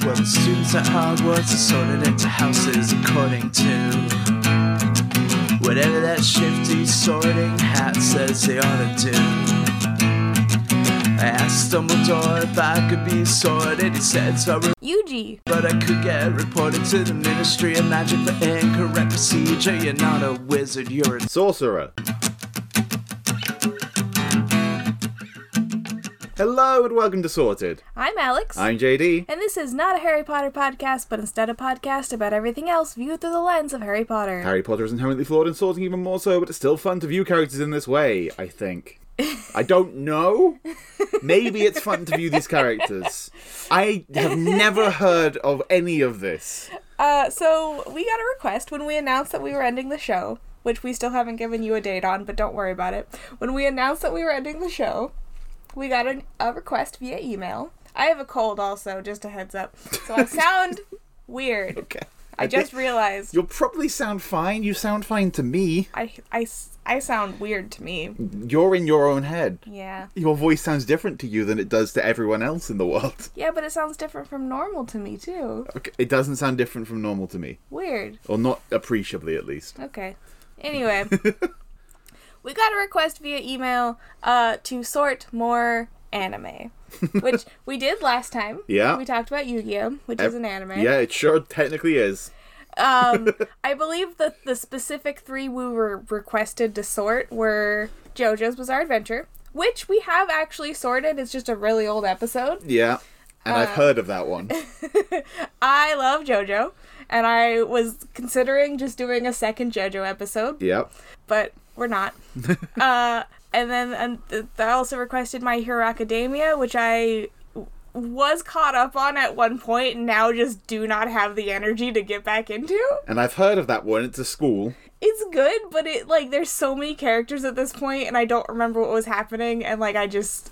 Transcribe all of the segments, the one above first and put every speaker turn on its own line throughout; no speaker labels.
Well, the students at Hogwarts are sorted into houses according to whatever that shifty sorting hat says they ought to do. I asked Dumbledore if I could be sorted. He said, sorry,
UG.
but I could get reported to the Ministry of Magic for incorrect procedure. You're not a wizard, you're a
Sorcerer. Hello and welcome to Sorted.
I'm Alex.
I'm JD.
and this is not a Harry Potter podcast, but instead a podcast about everything else viewed through the lens of Harry Potter.
Harry Potter is inherently flawed and sorting even more so, but it's still fun to view characters in this way, I think. I don't know. Maybe it's fun to view these characters. I have never heard of any of this.
Uh, so we got a request when we announced that we were ending the show, which we still haven't given you a date on, but don't worry about it. When we announced that we were ending the show, we got an, a request via email. I have a cold also, just a heads up. So I sound weird.
Okay.
I just realized
You'll probably sound fine. You sound fine to me.
I, I, s- I sound weird to me.
You're in your own head.
Yeah.
Your voice sounds different to you than it does to everyone else in the world.
Yeah, but it sounds different from normal to me, too.
Okay, it doesn't sound different from normal to me,
Weird.
or not appreciably at least.
Okay. Anyway, we got a request via email uh, to sort more anime, which we did last time.
Yeah.
We talked about Yu Gi Oh!, which is an anime.
Yeah, it sure technically is.
Um, I believe that the specific three we were requested to sort were JoJo's Bizarre Adventure, which we have actually sorted. It's just a really old episode.
Yeah, and I've heard of that one.
I love JoJo, and I was considering just doing a second JoJo episode,
Yep.
but we're not. uh, and then and th- I also requested My Hero Academia, which I w- was caught up on at one point and now just do not have the energy to get back into.
And I've heard of that one. It's a school.
It's good, but it like there's so many characters at this point and I don't remember what was happening and like I just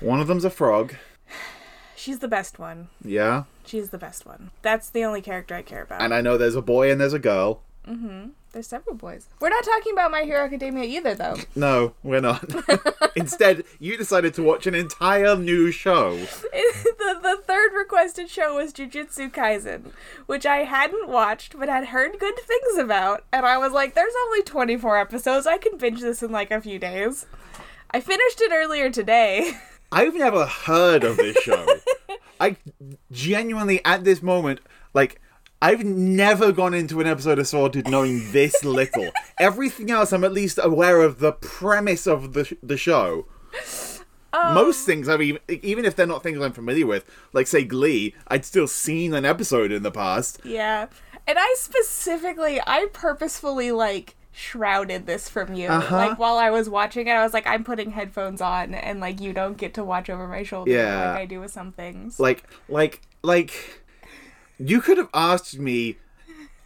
One of them's a frog.
she's the best one.
Yeah.
She's the best one. That's the only character I care about.
And I know there's a boy and there's a girl.
There's several boys. We're not talking about My Hero Academia either though.
No, we're not. Instead, you decided to watch an entire new show.
the, the third requested show was Jujutsu Kaisen, which I hadn't watched but had heard good things about. And I was like, there's only 24 episodes. I can binge this in like a few days. I finished it earlier today.
I've never heard of this show. I genuinely, at this moment, like, I've never gone into an episode of Sorted knowing this little. Everything else, I'm at least aware of the premise of the, sh- the show. Most things, I mean, even if they're not things I'm familiar with, like, say, Glee, I'd still seen an episode in the past.
yeah. And I specifically, I purposefully like shrouded this from you.
Uh-huh.
Like while I was watching it, I was like, I'm putting headphones on and like you don't get to watch over my shoulder
Yeah.
like I do with some things.
Like, like, like, you could have asked me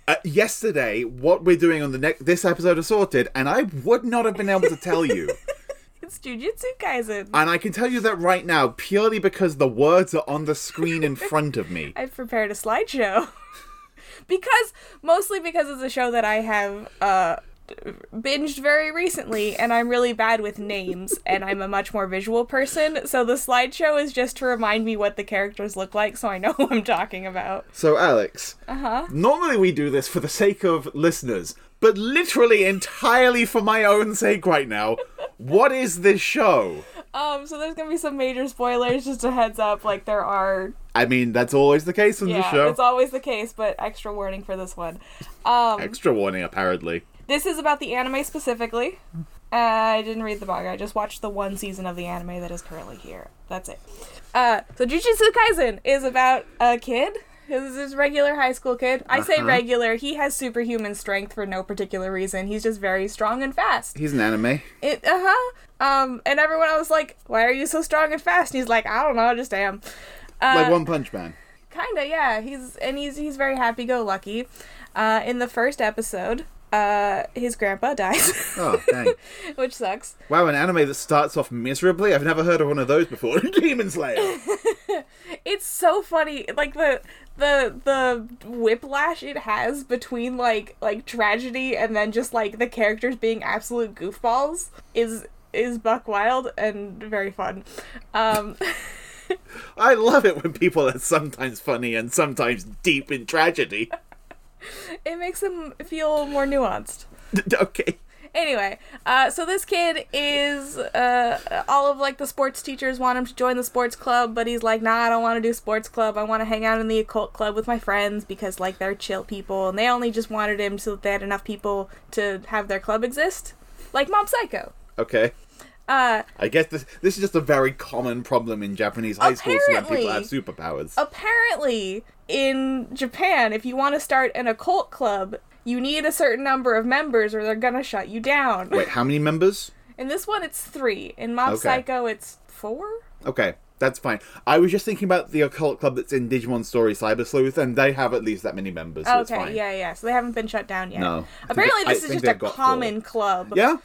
uh, yesterday what we're doing on the next this episode of Sorted, and I would not have been able to tell you.
it's Jujutsu Kaisen.
and I can tell you that right now, purely because the words are on the screen in front of me.
I've prepared a slideshow because mostly because it's a show that I have uh, binged very recently, and I'm really bad with names, and I'm a much more visual person. So the slideshow is just to remind me what the characters look like, so I know who I'm talking about.
So, Alex, uh-huh. normally we do this for the sake of listeners, but literally entirely for my own sake right now. What is this show?
Um, so there's gonna be some major spoilers. Just a heads up, like there are.
I mean, that's always the case in the
Yeah,
show.
it's always the case, but extra warning for this one. Um,
Extra warning, apparently.
this is about the anime specifically. Uh, I didn't read the manga. I just watched the one season of the anime that is currently here. That's it. Uh, so Jujutsu Kaisen is about a kid who's this regular high school kid. I say regular. He has superhuman strength for no particular reason. He's just very strong and fast.
He's an anime.
It, uh-huh. Um, and everyone else was like, "Why are you so strong and fast?" And he's like, "I don't know. I just am." Uh,
like One Punch Man.
kinda yeah he's and he's he's very happy-go-lucky uh in the first episode uh his grandpa dies
Oh, dang.
which sucks
wow, an anime that starts off miserably? I've never heard of one of those before. Demon Slayer!
it's so funny like the the the whiplash it has between like like tragedy and then just like the characters being absolute goofballs is is buck wild and very fun um
I love it when people are sometimes funny and sometimes deep in tragedy.
It makes them feel more nuanced.
okay.
Anyway, uh, so this kid is uh, all of like the sports teachers want him to join the sports club, but he's like, nah, I don't want to do sports club. I want to hang out in the occult club with my friends because like they're chill people, and they only just wanted him so that they had enough people to have their club exist, like Mob Psycho.
Okay.
Uh,
I guess this this is just a very common problem in Japanese high schools when people have
Apparently-
superpowers.
apparently in Japan, if you want to start an occult club, you need a certain number of members or they're gonna shut you down.
Wait, how many members?
In this one, it's three. In Mob
Okay.
Psycho, it's four.
Okay, that's fine. I was just thinking about the occult club that's in Digimon Story Cyber Sleuth, and they have at least that many members, so it's
okay,
fine.
yeah, yeah. So they haven't been shut down yet.
No.
Apparently,
I
this is
think
just
they've
a
got
common club.
Yeah?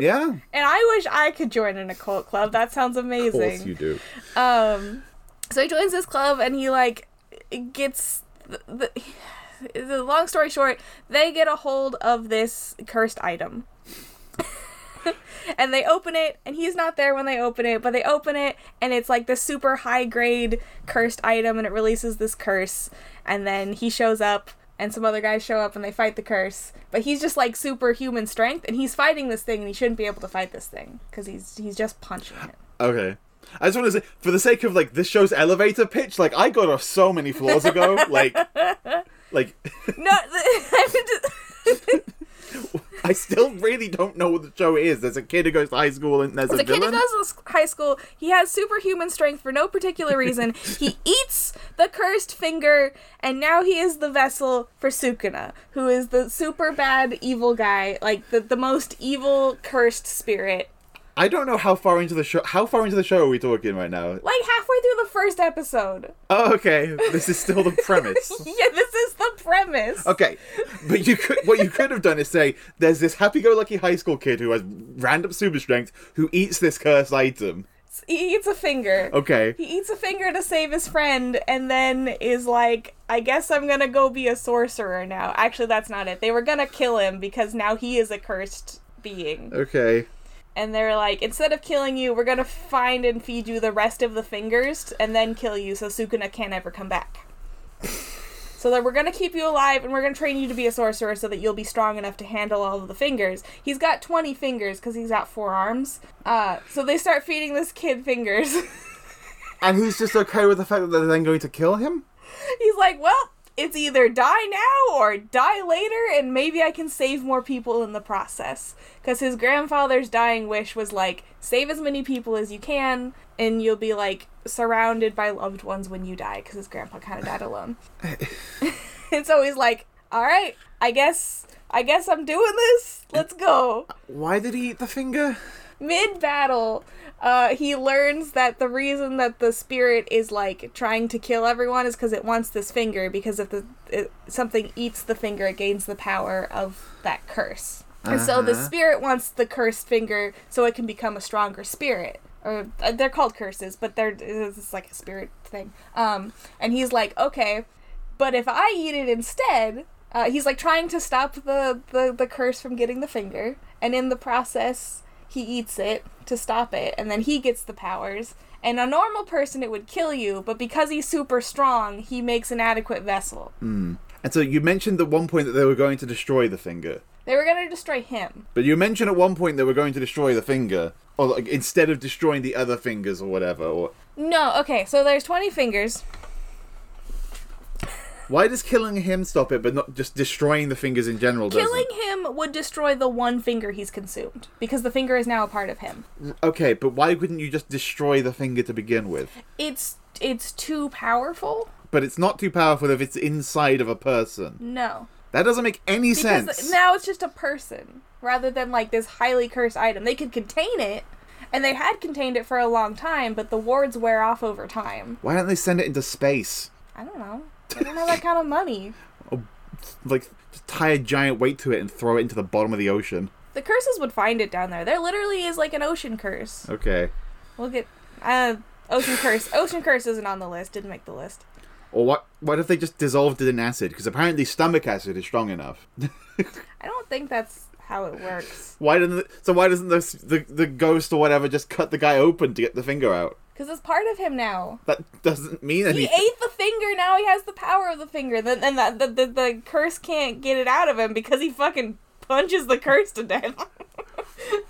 yeah?
And I wish I could join an occult club. That sounds
Of
amazing.
course you do.
Um, so he joins this club and he like gets the, the, the long story short, they get a hold of this cursed item. and they open it and he's not there when they open it, but they open it and it's like this super high grade cursed item and it releases this curse and then he shows up and some other guys show up and they fight the curse, but he's just like superhuman strength and he's fighting this thing and he shouldn't be able to fight this thing cuz he's he's just punching it.
Okay. I just want to say, for the sake of like this show's elevator pitch, like I got off so many floors ago. like, like
No, I'm just,
I still really don't know what the show is. There's a kid who goes to high school and there's
There's
a
a kid who
villain.
goes to s- high school. He has superhuman strength for no particular reason. he eats the cursed finger, and now he is the vessel for Sukuna, who is the super bad evil guy, like the, the most evil cursed spirit.
I don't know how far into the show. How far into the show are we talking right now?
Like halfway through the first episode.
Oh, okay. This is still the premise.
Yeah, this is the premise.
Okay, but you could what you could have done is say there's this happy-go-lucky high school kid who has random super strength who eats this cursed item.
He eats a finger.
Okay,
He eats a finger to save his friend and then is like, I guess I'm gonna go be a sorcerer now. Actually, that's not it. They were gonna kill him because now he is a cursed being.
okay,
And they're like, instead of killing you, we're gonna find and feed you the rest of the fingers and then kill you so Sukuna can't ever come back. So that we're gonna keep you alive and we're gonna train you to be a sorcerer so that you'll be strong enough to handle all of the fingers. He's got 20 fingers because he's got four arms. Uh, so they start feeding this kid fingers.
and he's just okay with the fact that they're then going to kill him.
He's like, well, it's either die now or die later, and maybe I can save more people in the process. Because his grandfather's dying wish was like, save as many people as you can, and you'll be like surrounded by loved ones when you die, because his grandpa kind of died alone. and so he's like, all right, I guess. I guess I'm doing this. Let's go.
Why did he eat the finger?
Mid battle, uh, he learns that the reason that the spirit is like trying to kill everyone is because it wants this finger. Because if the it, something eats the finger, it gains the power of that curse. And so the
Uh-huh.
spirit wants the cursed finger so it can become a stronger spirit. Or uh, they're called curses, but they're it's like a spirit thing. Um, and he's like, okay, but if I eat it instead, uh, he's like trying to stop the, the, the curse from getting the finger. And in the process, he eats it to stop it. And then he gets the powers. And a normal person, it would kill you, but because he's super strong, he makes an adequate vessel.
And so you mentioned at one point that they were going to destroy the finger.
They were going to destroy him.
But you mentioned at one point they were going to destroy the finger, or like, instead of destroying the other fingers or whatever. Or
No, okay, so there's 20 fingers.
why does killing him stop it, but not just destroying the fingers in general?
Killing him would destroy the one finger he's consumed, because the finger is now a part of him.
doesn't? Okay, but why wouldn't you just destroy the finger to begin with?
It's it's too powerful?
But it's not too powerful if it's inside of a person.
No.
That doesn't make any
Because
sense.
now it's just a person rather than like this highly cursed item. They could contain it, and they had contained it for a long time, but the wards wear off over time.
Why don't they send it into space?
I don't know. They don't have that kind of money.
Like, just tie a giant weight to it and throw it into the bottom of the ocean.
The curses would find it down there. There literally is like an ocean curse.
Okay.
We'll get uh ocean curse. Ocean curse isn't on the list. Didn't make the list.
Or what? What if they just dissolved it in acid? Because apparently stomach acid is strong enough.
I don't think that's how it works.
Why didn't? The, so why doesn't the, the the ghost or whatever just cut the guy open to get the finger out?
because it's part of him now.
That doesn't mean
He
anything.
ate the finger. Now he has the power of the finger. Then and that the, the the curse can't get it out of him because he fucking punches the curse to death.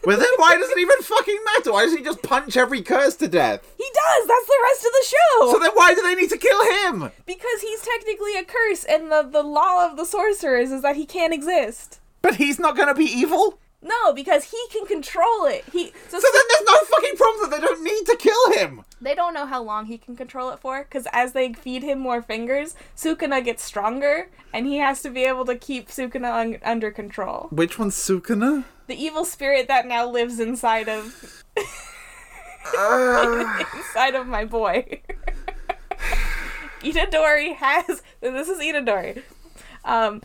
Well, then why does it even fucking matter? Why does he just punch every curse to death?
he does. That's the rest of the show.
So then why do they need to kill him?
because he's technically a curse, and the the law of the sorcerers is that he can't exist.
But he's not gonna be evil?
No, because he can control it. He so,
So then there's no fucking problem that they don't need to kill him!
they don't know how long he can control it for. Because as they feed him more fingers, Sukuna gets stronger, and he has to be able to keep Sukuna un- under control.
Which one's Sukuna?
The evil spirit that now lives inside of inside of my boy. Itadori has this is Itadori. Um,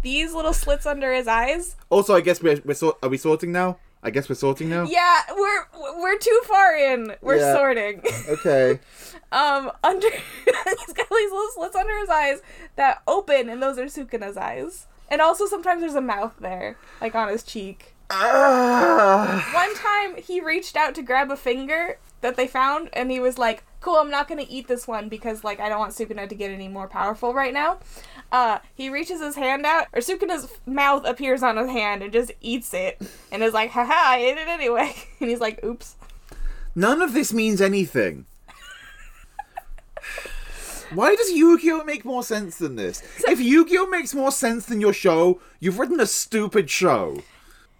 these little slits under his eyes
Also, I guess we're, we're sort. Are we sorting now? I guess we're sorting now.
Yeah, we're we're too far in. We're
Yeah.
sorting.
Okay.
Um, under he's got these little slits under his eyes that open, and those are Sukuna's eyes. And also sometimes there's a mouth there, like on his cheek.
Ah.
One time he reached out to grab a finger that they found, and he was like, "Cool, I'm not gonna eat this one because like I don't want Sukuna to get any more powerful right now." Uh, he reaches his hand out, or Sukuna's f- mouth appears on his hand and just eats it, and is like, "Haha, I ate it anyway." And he's like, "Oops."
None of this means anything. Why does Yu-Gi-Oh make more sense than this? if Yu-Gi-Oh makes more sense than your show, you've written a stupid show.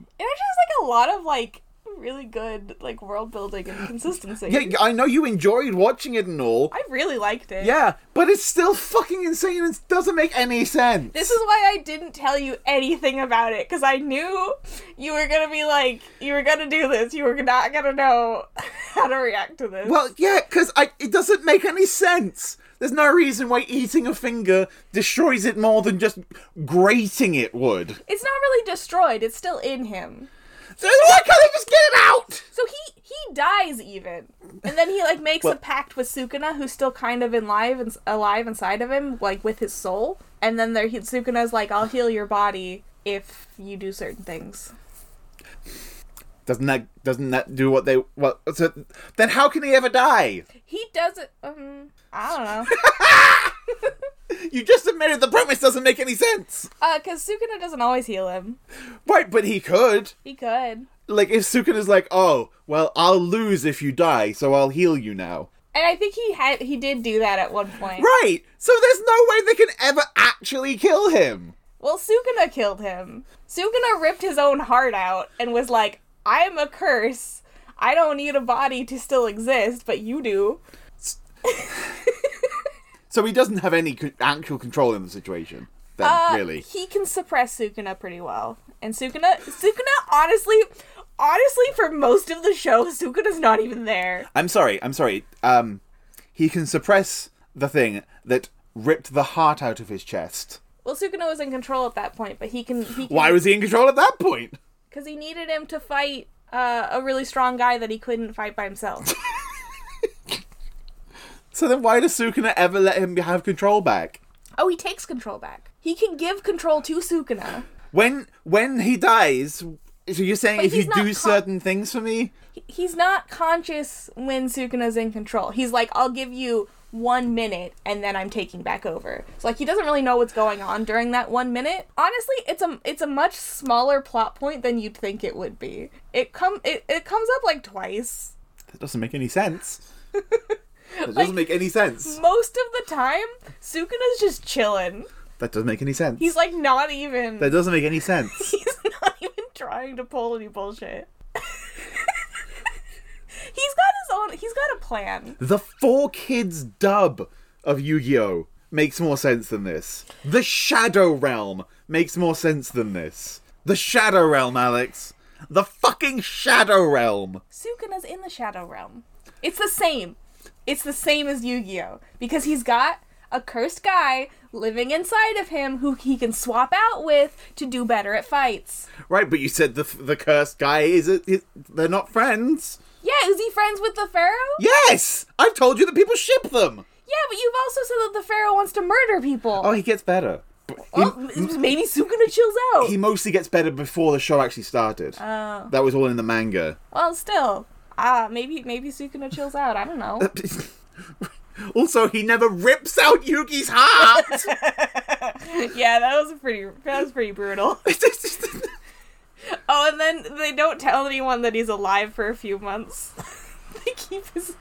It actually has like a lot of like really good like world building and consistency.
Yeah, I know you enjoyed watching it and all.
I really liked it.
Yeah, but it's still fucking insane and doesn't make any sense.
This is why I didn't tell you anything about it because I knew you were gonna be like you were gonna do this. You were not gonna know how to react to this.
Well, yeah, because it doesn't make any sense. There's no reason why eating a finger destroys it more than just grating it would.
it's not really destroyed. It's still in him.
So why can't they just get it out?
So he he dies even, and then he like makes a
Well-
pact with Sukuna, who's still kind of in live and alive inside of him, like with his soul. And then there, he, Sukuna's like, "I'll heal your body if you do certain things."
Doesn't that doesn't that do what they what? So, then how can he ever die?
He doesn't. Um, I don't know.
You just admitted the premise doesn't make any sense.
Uh, cause Sukuna doesn't always heal him.
Right, but he could.
He could.
Like if Sukuna's like, oh, well, I'll lose if you die, so I'll heal you now.
And I think he had he did do that at one point.
Right. So there's no way they can ever actually kill him.
Well, Sukuna killed him. Sukuna ripped his own heart out and was like, "I'm a curse. I don't need a body to still exist, but you do."
So he doesn't have any co- actual control in the situation. Then,
Uh,
really.
He can suppress Sukuna pretty well. And Sukuna, Sukuna, honestly, honestly, for most of the show, Sukuna's not even there.
I'm sorry. I'm sorry. Um, he can suppress the thing that ripped the heart out of his chest.
Well, Sukuna was in control at that point, but he can. He can
Why was he in control at that point?
because he needed him to fight uh, a really strong guy that he couldn't fight by himself.
So then, why does Sukuna ever let him have control back?
oh, he takes control back. He can give control to Sukuna.
When when he dies, so you're saying
But
if you
he's
do
not con-
certain things for me,
He- He's not conscious when Sukuna's in control. He's like, I'll give you one minute and then I'm taking back over. So like he doesn't really know what's going on during that one minute. Honestly, it's a it's a much smaller plot point than you'd think it would be. It come it, it comes up like twice.
that doesn't make any sense. That doesn't make any sense.
Most of the time, Sukuna's just chilling.
That doesn't make any sense.
He's like not even
That doesn't make any sense.
He's not even trying to pull any bullshit. he's got his own. He's got a plan.
The four kids dub of Yu-Gi-Oh makes more sense than this. The Shadow Realm makes more sense than this. The Shadow Realm, Alex. The fucking Shadow Realm.
Sukuna's in the Shadow Realm. It's the same. It's the same as Yu-Gi-Oh because he's got a cursed guy living inside of him who he can swap out with to do better at fights.
Right, but you said the the cursed guy is a, is- they're not friends.
Yeah, is he friends with the Pharaoh?
Yes, I've told you that people ship them.
Yeah, but you've also said that the Pharaoh wants to murder people.
Oh, he gets better. But He,
Well, maybe Sukuna chills out.
he mostly gets better before the show actually started.
Oh.
That was all in the manga.
Well, still, ah, maybe maybe Sukuna chills out. I don't know.
also, he never rips out Yugi's heart.
yeah, that was a pretty that was pretty brutal. Oh, and then they don't tell anyone that he's alive for a few months. they keep his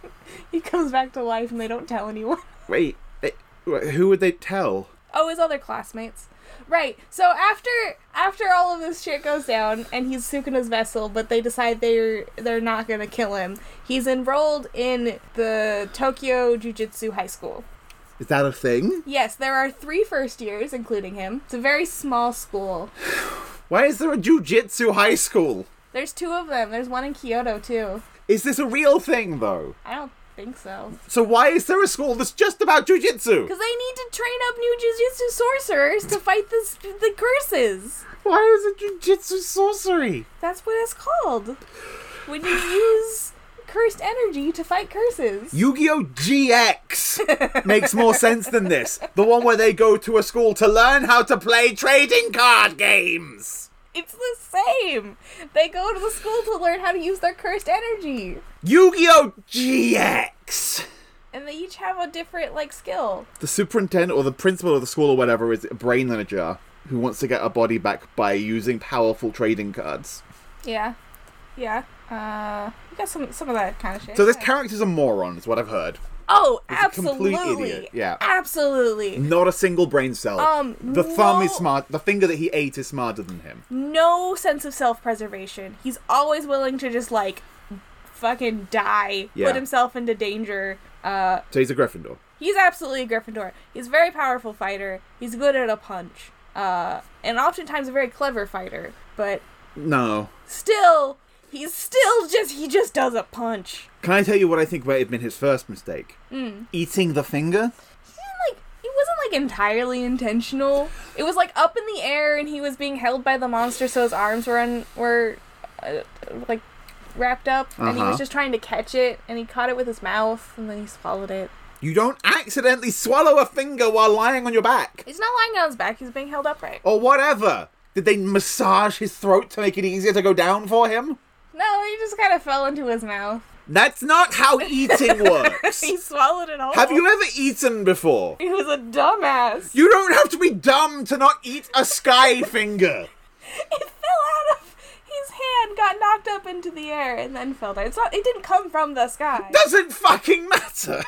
he comes back to life and they don't tell anyone.
Wait, eh, wh- who would they tell?
Oh, his other classmates. Right. So after after all of this shit goes down and he's Sukuna's vessel, but they decide they're they're not gonna kill him. He's enrolled in the Tokyo Jujutsu High School.
Is that a thing?
Yes, there are three first years, including him. It's a very small school.
Why is there a jujitsu high school?
There's two of them. There's one in Kyoto too.
Is this a real thing though?
I don't think so.
So why is there a school that's just about jujitsu?
Because they need to train up new jujitsu sorcerers to fight this, the curses.
Why is it jujitsu sorcery?
That's what it's called. When you use cursed energy to fight curses.
Yu-Gi-Oh GX makes more sense than this. The one where they go to a school to learn how to play trading card games.
It's the same. They go to the school to learn how to use their cursed energy.
Yu-Gi-Oh GX.
And they each have a different, like, skill.
The superintendent or the principal of the school or whatever is a brain in a jar who wants to get her body back by using powerful trading cards.
Yeah. Yeah. Uh, you got some some of that kind of shit.
So this
Yeah.
character's a moron, is what I've heard.
Oh,
a complete
absolutely.
idiot, yeah.
Absolutely.
Not a single brain cell.
Um,
the thumb is
no-
smart. The finger that he ate is smarter than him.
No sense of self preservation. He's always willing to just like fucking die,
Yeah.
put himself into danger. Uh,
So he's a Gryffindor.
he's absolutely a Gryffindor. He's a very powerful fighter. He's good at a punch. Uh, and oftentimes a very clever fighter. But
No.
still, he's still just he just does a punch.
Can I tell you what I think might have been his first mistake? Eating the finger?
He didn't, like it wasn't like entirely intentional. It was like up in the air, and he was being held by the monster, so his arms were un- were uh, like wrapped up, and he
Uh-huh.
was just trying to catch it, and he caught it with his mouth, and then he swallowed it.
You don't accidentally swallow a finger while lying on your back.
He's not lying on his back; he's being held upright.
Or whatever. Did they massage his throat to make it easier to go down for him?
No, he just kind of fell into his mouth.
That's not how eating works.
He swallowed it all.
have you ever eaten before?
He was a dumbass.
You don't have to be dumb to not eat a sky finger.
it fell out of his hand, got knocked up into the air, and then fell down. It's not. It didn't come from the sky.
Doesn't fucking matter.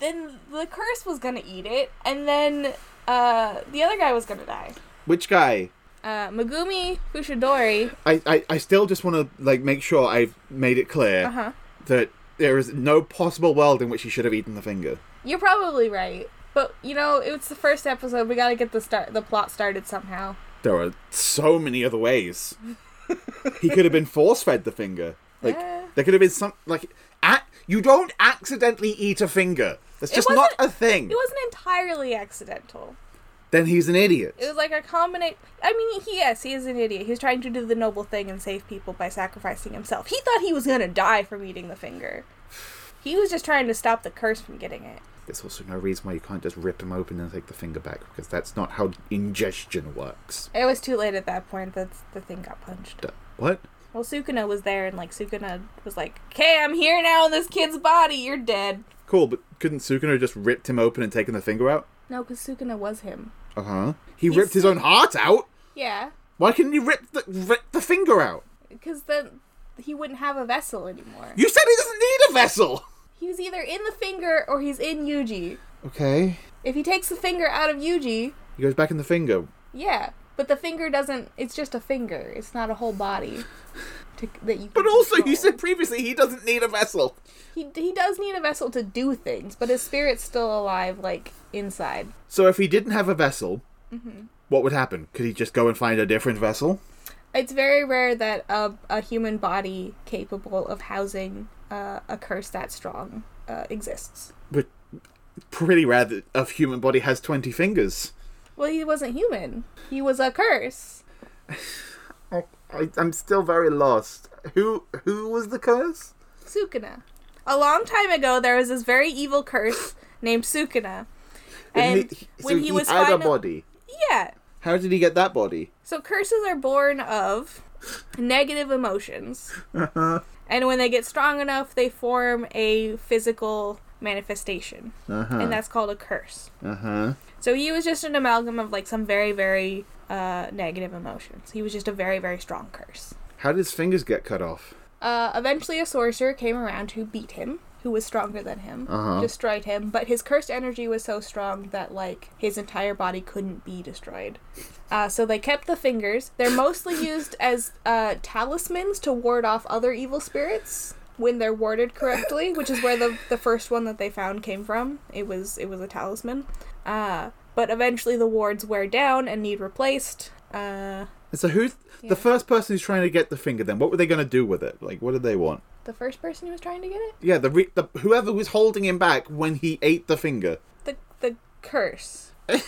then the curse was gonna eat it, and then uh, the other guy was gonna die.
Which guy?
Uh, Megumi Fushidori.
I, I, I still just want to like make sure I've made it clear
Uh-huh.
that there is no possible world in which he should have eaten the finger.
You're probably right, but you know it's the first episode. We gotta get the start, the plot started somehow.
There are so many other ways. he could have been force fed the finger. Like
Yeah.
there could have been some like a you don't accidentally eat a finger. That's just not a
wasn't-
thing.
It wasn't entirely accidental.
Then he's an idiot.
It was like a combination. I mean, he yes, he is an idiot. He's trying to do the noble thing and save people by sacrificing himself. He thought he was gonna die from eating the finger. He was just trying to stop the curse from getting it.
There's also no reason why you can't just rip him open and take the finger back because that's not how ingestion works.
It was too late at that point. That the thing got punched.
D- What?
Well, Sukuna was there, and like Sukuna was like, "Okay, I'm here now in this kid's body. You're dead."
Cool, but couldn't Sukuna have just ripped him open and taken the finger out?
No, because Sukuna was him.
Uh huh. He ripped his own heart out.
Yeah,
Why couldn't he rip the rip the finger out?
because then he wouldn't have a vessel anymore.
You said he doesn't need a vessel.
He was either in the finger or he's in Yuji.
Okay.
If he takes the finger out of Yuji,
He goes back in the finger.
yeah, but the finger doesn't. It's just a finger. It's not a whole body. To, that you.
But
can
also, you
control.
said previously he doesn't need a vessel.
he he does need a vessel to do things, but his spirit's still alive, like inside.
So if he didn't have a vessel,
Mm-hmm.
what would happen? Could he just go and find a different vessel?
It's very rare that a, a human body capable of housing uh, a curse that strong uh, exists.
But pretty rare that a human body has twenty fingers.
Well, he wasn't human. He was a curse.
I, I, I'm still very lost. Who who was the curse?
Sukuna. A long time ago, there was this very evil curse named Sukuna. And when he, was uh,
had a
final-
body.
yeah.
How did he get that body? Uh-huh.
So curses are born of negative emotions. And when they get strong enough, they form a physical manifestation.
Uh-huh.
And that's called a curse.
Uh huh.
So he was just an amalgam of like some very, very uh, negative emotions. He was just a very, very strong curse.
How did his fingers get cut off?
Uh, eventually, a sorcerer came around who beat him, who was stronger than him,
Uh-huh.
destroyed him. But his cursed energy was so strong that like his entire body couldn't be destroyed. Uh, so they kept the fingers. They're mostly used as uh, talismans to ward off other evil spirits when they're warded correctly, which is where the the first one that they found came from. It was it was a talisman. Uh, but eventually, the wards wear down and need replaced. Uh,
And so who's
Yeah.
the first person who's trying to get the finger? Then what were they going to do with it? Like, what did they want?
the first person who was trying to get it,
Yeah, the, re- the whoever was holding him back when he ate the finger.
the the curse. it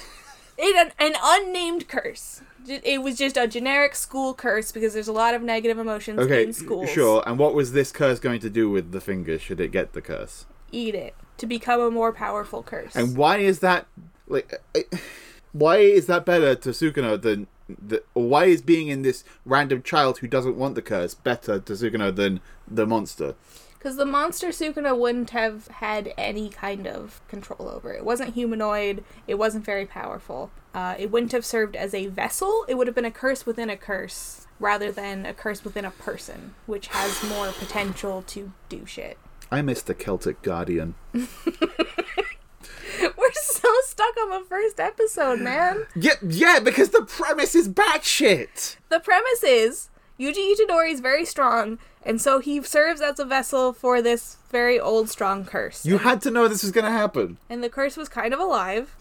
an, an unnamed curse. J- It was just a generic school curse because there's a lot of negative emotions
Okay,
in schools.
sure. And what was this curse going to do with the finger? Should it get the curse?
Eat it to become a more powerful curse.
And why is that like? I- Why is that better to Sukino than the? Or why is being in this random child who doesn't want the curse better to Sukino than the monster?
Because the monster Sukuna wouldn't have had any kind of control over. It wasn't humanoid, it wasn't very powerful. Uh, it wouldn't have served as a vessel, it would have been a curse within a curse, rather than a curse within a person, which has more potential to do shit.
I miss the Celtic Guardian.
We're so stuck on the first episode, man.
Yeah, yeah, because the premise is batshit.
The premise is Yuji Itadori is very strong, and so he serves as a vessel for this very old, strong curse.
You had to know this was going to happen.
and the curse was kind of alive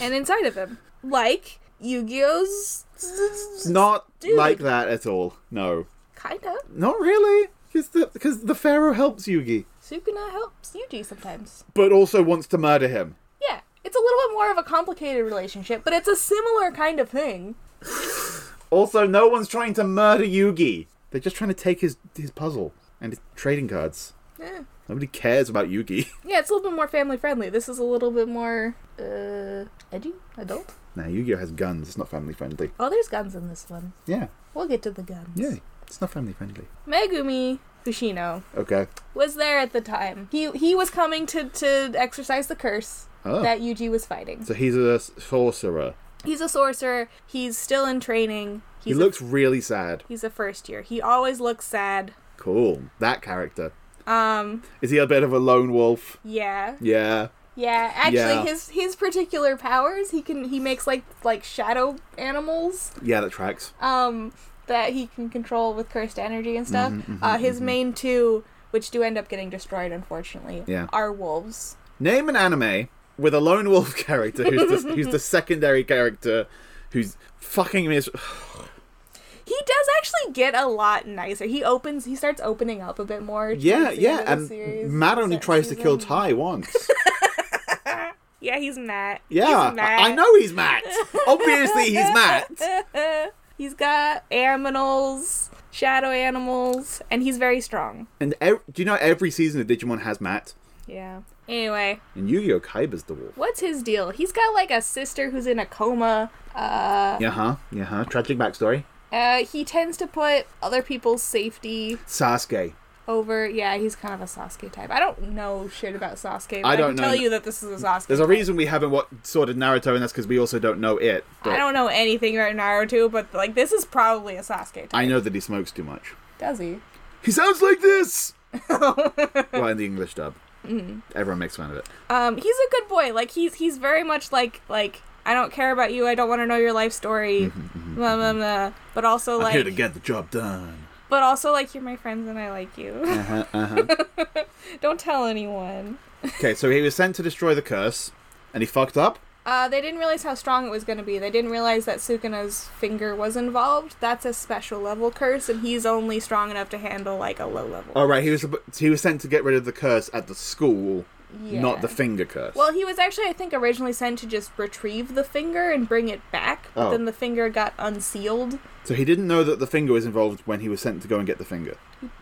and inside of him. Like Yu Gi Oh's.
It's Not
Dude.
like that at all. No,
Kind of.
not really. Because the because the Pharaoh helps Yugi,
Sukuna helps Yuji sometimes.
but also wants to murder him.
Yeah, it's a little bit more of a complicated relationship, but it's a similar kind of thing.
Also, no one's trying to murder Yugi. They're just trying to take his his puzzle and his trading cards.
Eh.
Nobody cares about Yugi.
Yeah, it's a little bit more family friendly. This is a little bit more uh, edgy, adult.
nah, Yu-Gi-Oh has guns. It's not family friendly.
Oh, there's guns in this one.
Yeah,
We'll get to the guns.
yeah, it's not family friendly.
Megumi Fushino
Okay.
was there at the time. He he was coming to to exercise the curse
Oh.
that Yuji was fighting.
so he's a sorcerer.
He's a sorcerer. He's still in training.
He
He's
looks
A,
really sad.
he's a first year. He always looks sad.
Cool. That character.
Um.
Is he a bit of a lone wolf?
Yeah.
Yeah.
Yeah. Actually,
Yeah.
his his particular powers. He can he makes like like shadow animals.
Yeah, that tracks.
Um. That he can control with cursed energy and stuff.
Mm-hmm,
uh. His main two, which do end up getting destroyed, unfortunately.
Yeah.
Are wolves.
Name an anime with a lone wolf character who's the, who's the secondary character who's fucking mis-
He does actually get a lot nicer. He opens. He starts opening up a bit more.
Yeah,
towards the
yeah,
end of the
and
series,
Matt only
se-
tries to kill
season.
Ty once.
Yeah, he's Matt.
Yeah,
he's
I, I know he's Matt. Obviously, he's Matt.
know. he's got aminals, shadow animals, and he's very strong.
And ev- do you know every season of Digimon has Matt?
Yeah. Anyway,
And Yu Gi Oh! Kaiba's the wolf.
what's his deal? He's got like a sister who's in a coma. Uh,
Yeah, huh? Yeah, huh? Uh-huh, Tragic backstory.
uh, he tends to put other people's safety
Sasuke.
over. Yeah, he's kind of a Sasuke type. I don't know shit about Sasuke. But
I
I,
don't
can
know-
tell you that this is a Sasuke.
There's a
type.
reason we haven't what sorted Naruto, and that's because we also don't know it. But
I don't know anything about Naruto, but like this is probably a Sasuke type.
I know that he smokes too much.
Does he?
He sounds like this. well, in the English dub,
Mm.
everyone makes fun of it.
um he's a good boy like he's he's very much like like i don't care about you i don't want to know your life story blah, blah, blah. but also
Mm-hmm, I'm here to
like
get the job done.
but also like you're my friends and i like you
Uh-huh, uh-huh.
don't tell anyone
okay, so he was sent to destroy the curse, and he fucked up.
uh, they didn't realize how strong it was going to be. They didn't realize that Sukuna's finger was involved. That's a special level curse, and he's only strong enough to handle like a low level.
All Oh, right, he was he was sent to get rid of the curse at the school, not the
Yeah.
finger curse.
Well, he was actually, I think, originally sent to just retrieve the finger and bring it back.
Oh.
But then the finger got unsealed.
so he didn't know that the finger was involved when he was sent to go and get the finger.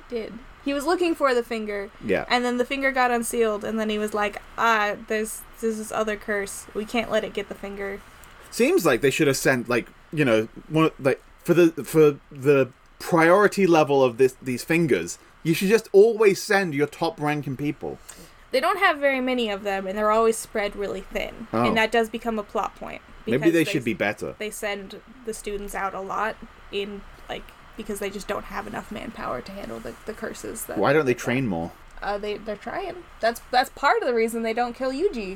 Did he was looking for the finger?
Yeah.
And then the finger got unsealed, and then he was like, "Ah, there's there's this other curse. We can't let it get the finger."
Seems like they should have sent like you know one like for the for the priority level of this these fingers. You should just always send your top ranking people.
They don't have very many of them, and they're always spread really thin,
Oh.
and that does become a plot point.
Maybe
because
they should be better.
They send the students out a lot in like because they just don't have enough manpower to handle the, the curses. That,
Why don't they train more?
Uh, they they're trying. That's that's part of the reason they don't kill Yuji,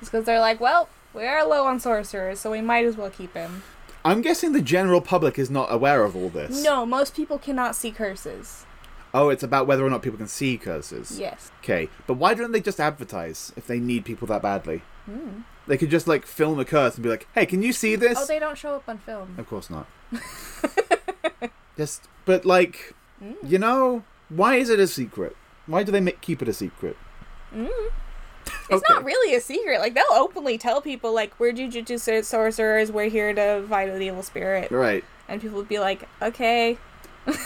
is because they're like, well, we are low on sorcerers, so we might as well keep him.
I'm guessing the general public is not aware of all this.
No, most people cannot see curses.
Oh, it's about whether or not people can see curses.
Yes.
Okay, but why don't they just advertise if they need people that badly? They could just like film a curse and be like, "Hey, can you see this?"
Hmm. Oh, they don't show up on film.
Of course not. Just, but like,
Hmm.
you know, why is it a secret? Why do they make, keep it a secret?
Hmm. It's
okay.
not really a secret. Like they'll openly tell people, like, we're jujutsu sor- sorcerers. We're here to fight the evil spirit,
Right.
and people would be like, okay,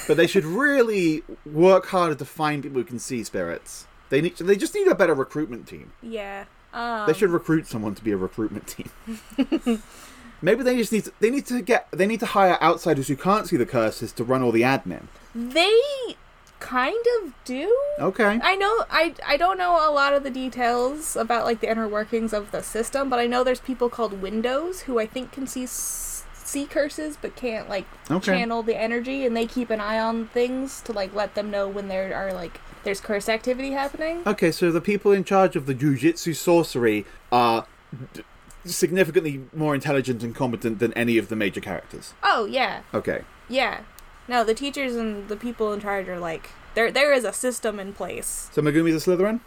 But they should really work harder to find people who can see spirits. They need. They just need a better recruitment team.
yeah. Um,
They should recruit someone to be a recruitment team. Maybe they just need. To, they need to get. They need to hire outsiders who can't see the curses to run all the admin.
They kind of do.
Okay.
I know I I don't know a lot of the details about like the inner workings of the system, but I know there's people called windows who I think can see s- see curses but can't like
Okay.
channel the energy and they keep an eye on things to like let them know when there are like there's curse activity happening.
Okay, so the people in charge of the jujitsu sorcery are d- significantly more intelligent and competent than any of the major characters.
Oh yeah.
Okay.
Yeah. No, the teachers and the people in charge are like there there is a system in place.
So Megumi's a Slytherin?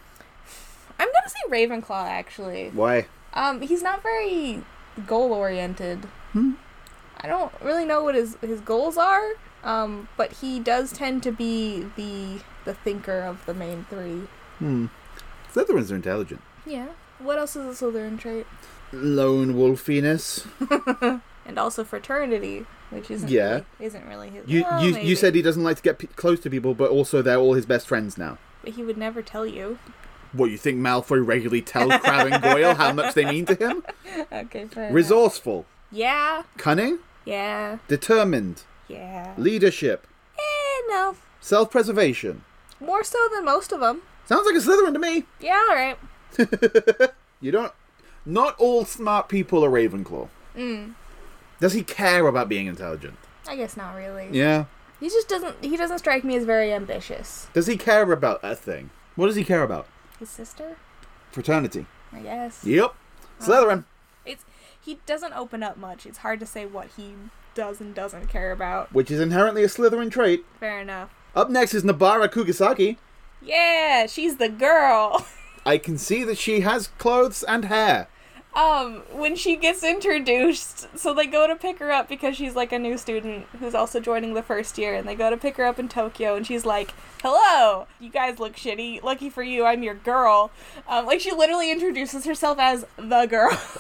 I'm going to say Ravenclaw actually.
Why?
Um, he's not very goal oriented.
Hmm.
I don't really know what his his goals are. Um, but he does tend to be the the thinker of the main three.
Hmm. Slytherins are intelligent.
Yeah. What else is a Slytherin trait?
Lone wolfiness.
And also fraternity, which isn't
Yeah.
really, isn't really his.
You
well,
you
maybe.
you said he doesn't like to get p- close to people, but also they're all his best friends now.
but he would never tell you.
What you think Malfoy regularly tells Crab and Goyle how much they mean to him?
Okay, fair. enough.
Resourceful,
Yeah,
cunning,
yeah,
determined,
yeah.
leadership,
Eh, no,
self-preservation.
more so than most of them.
Sounds like a Slytherin to me.
Yeah, all right.
You don't. Not all smart people are Ravenclaw. Does he care about being intelligent?
I guess not really.
Yeah.
He just doesn't. He doesn't strike me as very ambitious.
Does he care about a thing? What does he care about?
His sister,
Fraternity.
I guess.
Yep. Slytherin.
It's he doesn't open up much. It's hard to say what he does and doesn't care about.
Which is inherently a Slytherin trait.
Fair enough.
Up next is Nabara Kugisaki.
Yeah, she's the girl.
I can see that she has clothes and hair.
Um, when she gets introduced, so they go to pick her up because she's like a new student who's also joining the first year, and they go to pick her up in Tokyo, and she's like, "Hello, you guys look shitty. Lucky for you, I'm your girl." Um, like she literally introduces herself as the girl.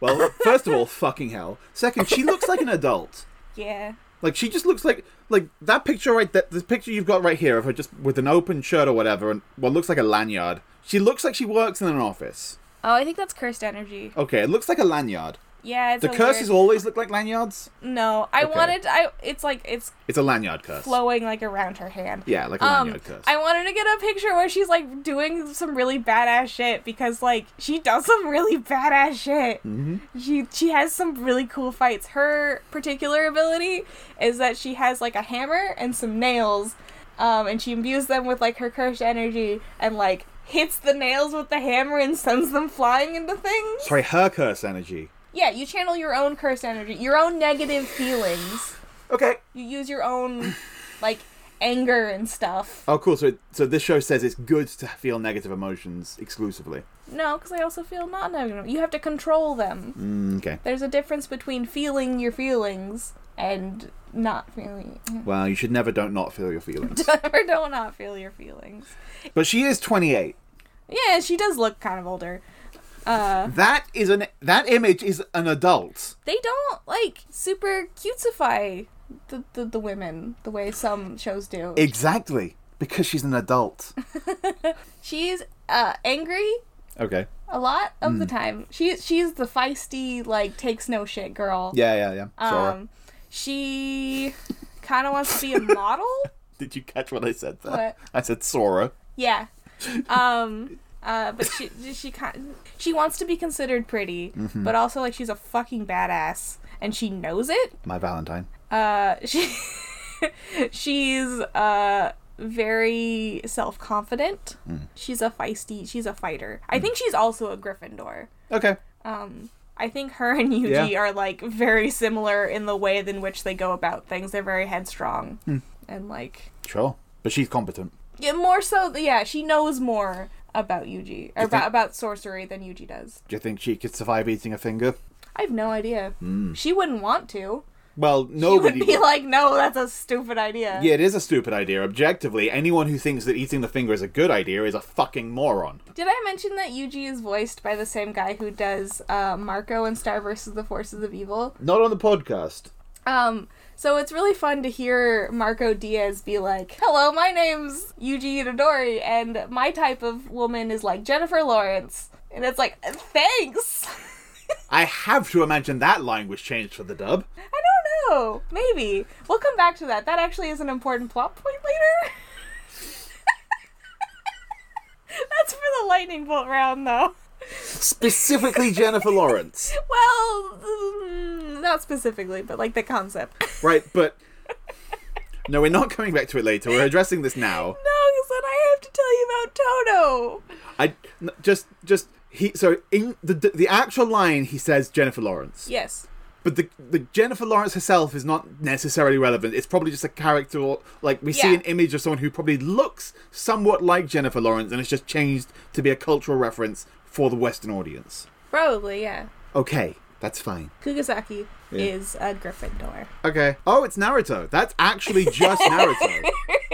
Well, first of all, fucking hell. Second, she looks like an adult.
yeah.
Like she just looks like like that picture right that the picture you've got right here of her just with an open shirt or whatever and what looks like a lanyard. She looks like she works in an office.
Oh, I think that's cursed energy.
Okay, it looks like a lanyard.
Yeah, it's
The
a
curses
weird-
always look like lanyards.
No, I
Okay.
wanted. I. It's like it's
It's a lanyard curse.
flowing like around her hand.
Yeah, like a
Um,
lanyard curse.
I wanted to get a picture where she's like doing some really badass shit because like she does some really badass shit. Mm-hmm. She she has some really cool fights. Her particular ability is that she has like a hammer and some nails, um, and she imbues them with like her cursed energy and like hits the nails with the hammer and sends them flying into things.
Sorry, her curse energy.
Yeah, you channel your own cursed energy, your own negative feelings.
Okay.
You use your own like anger and stuff.
Oh, cool. So, it, so this show says it's good to feel negative emotions exclusively.
No, because I also feel not negative. You have to control them.
Okay.
There's a difference between feeling your feelings and not feeling.
Well, you should never don't not feel your feelings.
or don't not feel your feelings.
but she is 28.
Yeah, she does look kind of older. Uh,
That is an that image is an adult.
they don't like super cutesify the, the the women the way some shows do.
Exactly. Because she's an adult.
She's uh angry
Okay.
a lot of the time. She she's the feisty like takes no shit girl.
Yeah, yeah, yeah. Sora.
Um, she kind of wants to be a model.
Did you catch what I said there?
What?
I said Sora.
Yeah. Um. Uh, but she she kind she wants to be considered pretty, but also like she's a fucking badass and she knows it.
My Valentine.
Uh, she she's uh very self confident. She's a feisty. She's a fighter. I think she's also a Gryffindor.
Okay.
Um, I think her and Yuji
Yeah.
are like very similar in the way in which they go about things. They're very headstrong and like
Sure. But she's competent.
yeah, more so. Yeah, she knows more about Yuji or about,
think-
about sorcery than Yuji does.
Do you think she could survive eating a finger?
I have no idea. She wouldn't want to.
Well,
She would
Hmm. nobody.
be like, no, that's a stupid idea.
yeah, it is a stupid idea. Objectively, anyone who thinks that eating the finger is a good idea is a fucking moron.
Did I mention that Yuji is voiced by the same guy who does uh, Marco in Star versus the Forces of Evil?
Not on the podcast.
Um, so it's really fun to hear Marco Diaz be like, "Hello, my name's Yuji Itadori, and my type of woman is like Jennifer Lawrence," and it's like, "Thanks."
I have to imagine that line was changed for the dub.
I don't know. Maybe we'll come back to that. That actually is an important plot point later. That's for the lightning bolt round, though.
Specifically, Jennifer Lawrence.
Well, mm, not specifically, but like the concept.
Right, but. No, we're not coming back to it later. We're addressing this now.
No, because then I have to tell you about Toto.
I n- just just he so in the the the actual line he says Jennifer Lawrence,
Yes.
but the the Jennifer Lawrence herself is not necessarily relevant. It's probably just a character or, like we see
Yeah.
an image of someone who probably looks somewhat like Jennifer Lawrence, and it's just changed to be a cultural reference for the Western audience.
Probably, yeah.
Okay, that's fine.
Kugasaki
Yeah.
is a Gryffindor.
Okay. Oh, it's Naruto. That's actually just Naruto.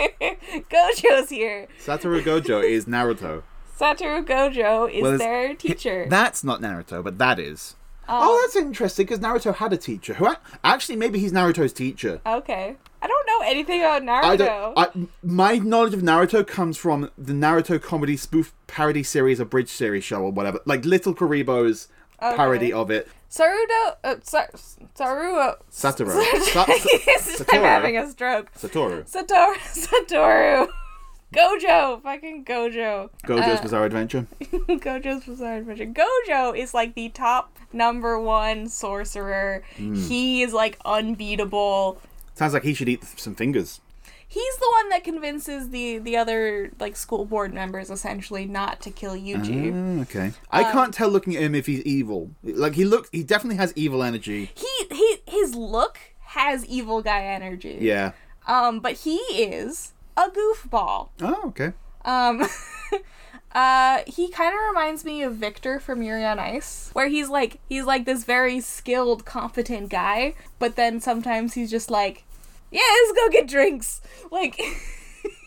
Gojo's here.
Satoru Gojo is Naruto.
Satoru Gojo is
Well, it's-
their teacher.
That's not Naruto, but that is. oh, that's interesting because Naruto had a teacher who ac- actually maybe he's Naruto's teacher.
okay. I don't know anything about
I
Naruto.
don't. I, my knowledge of Naruto comes from the Naruto comedy spoof parody series or bridge series show or whatever, like Little Karibo's parody of it.
Sarudo. Uh, Sar- Saruo.
Satoru. Sa- Sa-
I'm
Satoru.
having a stroke.
Satoru.
Satoru. Satoru. Gojo. Fucking Gojo.
Gojo's Bizarre Adventure.
Gojo's Bizarre Adventure. Gojo is like the top number one sorcerer.
Mm.
He is like unbeatable.
Sounds like he should eat some fingers.
He's the one that convinces the the other like school board members essentially not to kill Yuji.
Mm, okay. I can't tell looking at him if he's evil. Like he looks, he definitely has evil energy.
He he his look has evil guy energy.
Yeah.
Um, but he is a goofball.
Oh, okay.
Um, uh, he kind of reminds me of Victor from Yuri on Ice, where he's like he's like this very skilled, competent guy, but then sometimes he's just like, yeah, let's go get drinks. Like,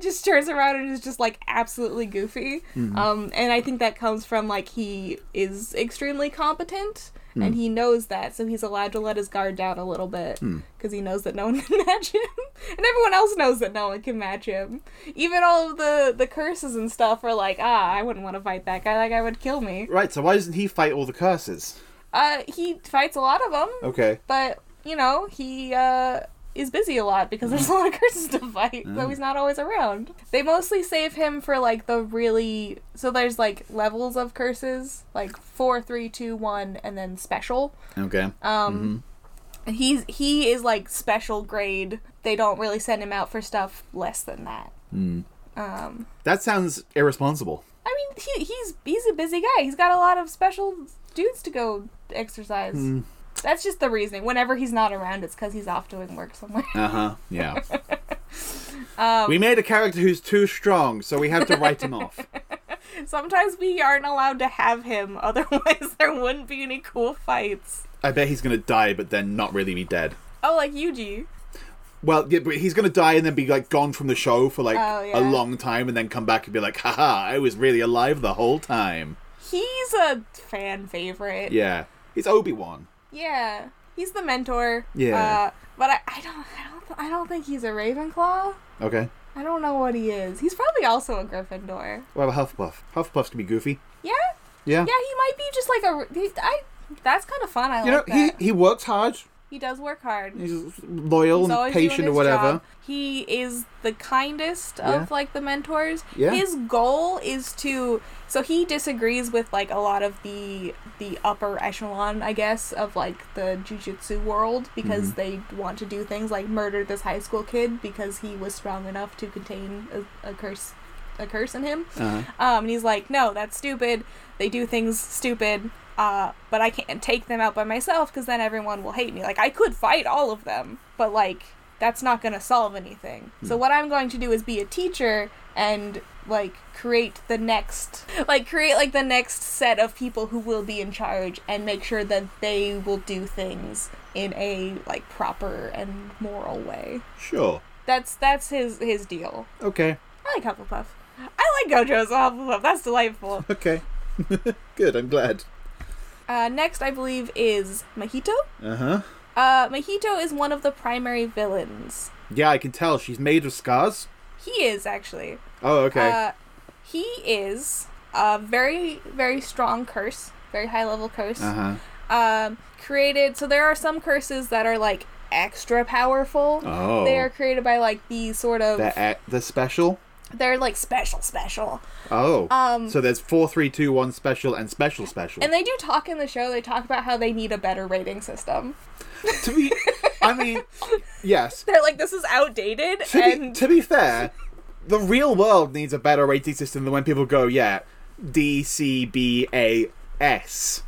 just turns around and is just like absolutely goofy. Um, and I think that comes from like he is extremely competent. And he knows that, so he's allowed to let his guard down a little bit because he knows that no one can match him, and everyone else knows that no one can match him. Even all of the the curses and stuff are like, ah, I wouldn't want to fight that guy. That guy would kill me.
Right. So why doesn't he fight all the curses?
Uh, he fights a lot of them,
Okay.
but you know he uh is busy a lot because there's a lot of curses to fight, so he's not always around. They mostly save him for like the really so there's like levels of curses, like four, three, two, one, and then special.
Okay.
Um, he's he is like special grade. They don't really send him out for stuff less than that. Um,
that sounds irresponsible.
I mean, he, he's he's a busy guy. He's got a lot of special dudes to go exercise. That's just the reasoning. Whenever he's not around, it's because he's off doing work somewhere.
Uh huh. Yeah.
Um,
we made a character who's too strong, so we have to write him off.
Sometimes we aren't allowed to have him, otherwise there wouldn't be any cool fights.
I bet he's gonna die, but then not really be dead.
Oh, like Yuji.
Well, yeah, but he's gonna die and then be like gone from the show for like
Oh, yeah.
a long time, and then come back and be like, "Haha, I was really alive the whole time."
He's a fan favorite.
Yeah, he's Obi Wan.
Yeah, he's the mentor.
Yeah.
uh, but I, I don't I don't th- I don't think he's a Ravenclaw.
Okay.
I don't know what he is. He's probably also a Gryffindor.
What about Hufflepuff? Hufflepuffs can be goofy.
Yeah,
Yeah.
yeah, he might be just like a. He, I that's kind of fun. I
You know,
like
he
that.
he works hard.
He does work hard.
He's loyal
He's
and
always
patient
doing
or
his
whatever.
job. He is the kindest
Yeah.
of like the mentors.
Yeah.
His goal is to so he disagrees with like a lot of the the upper echelon, I guess, of like the jujitsu world because
Mm-hmm.
they want to do things like murder this high school kid because he was strong enough to contain a, a curse a curse in him.
Uh,
Um, and he's like, no, that's stupid. They do things stupid. Uh, but I can't take them out by myself because then everyone will hate me. Like, I could fight all of them, but like, that's not going to solve anything. So, what I'm going to do is be a teacher and like create the next, like, create like the next set of people who will be in charge and make sure that they will do things in a like proper and moral way.
sure.
That's that's his his deal.
Okay.
I like Hufflepuff. I like Gojo's Hufflepuff. That's delightful.
Okay. Good. I'm glad.
Uh, next, I believe, is Mahito.
Uh huh.
Uh, Mahito is one of the primary villains.
Yeah, I can tell she's made of scars.
He is, actually.
Oh, okay.
Uh, he is a very, very strong curse, very high level curse.
Uh huh.
Um, created, so there are some curses that are like extra powerful.
Oh.
They are created by like the sort of.
They're, ac- they're special.
They're like special, special.
Oh.
Um,
so there's four, three, two, one special and special special.
And they do talk in the show, they talk about how they need a better rating system.
to be, I mean, yes.
They're like, this is outdated.
To be,
and
to be fair, the real world needs a better rating system than when people go, yeah, D C B A S.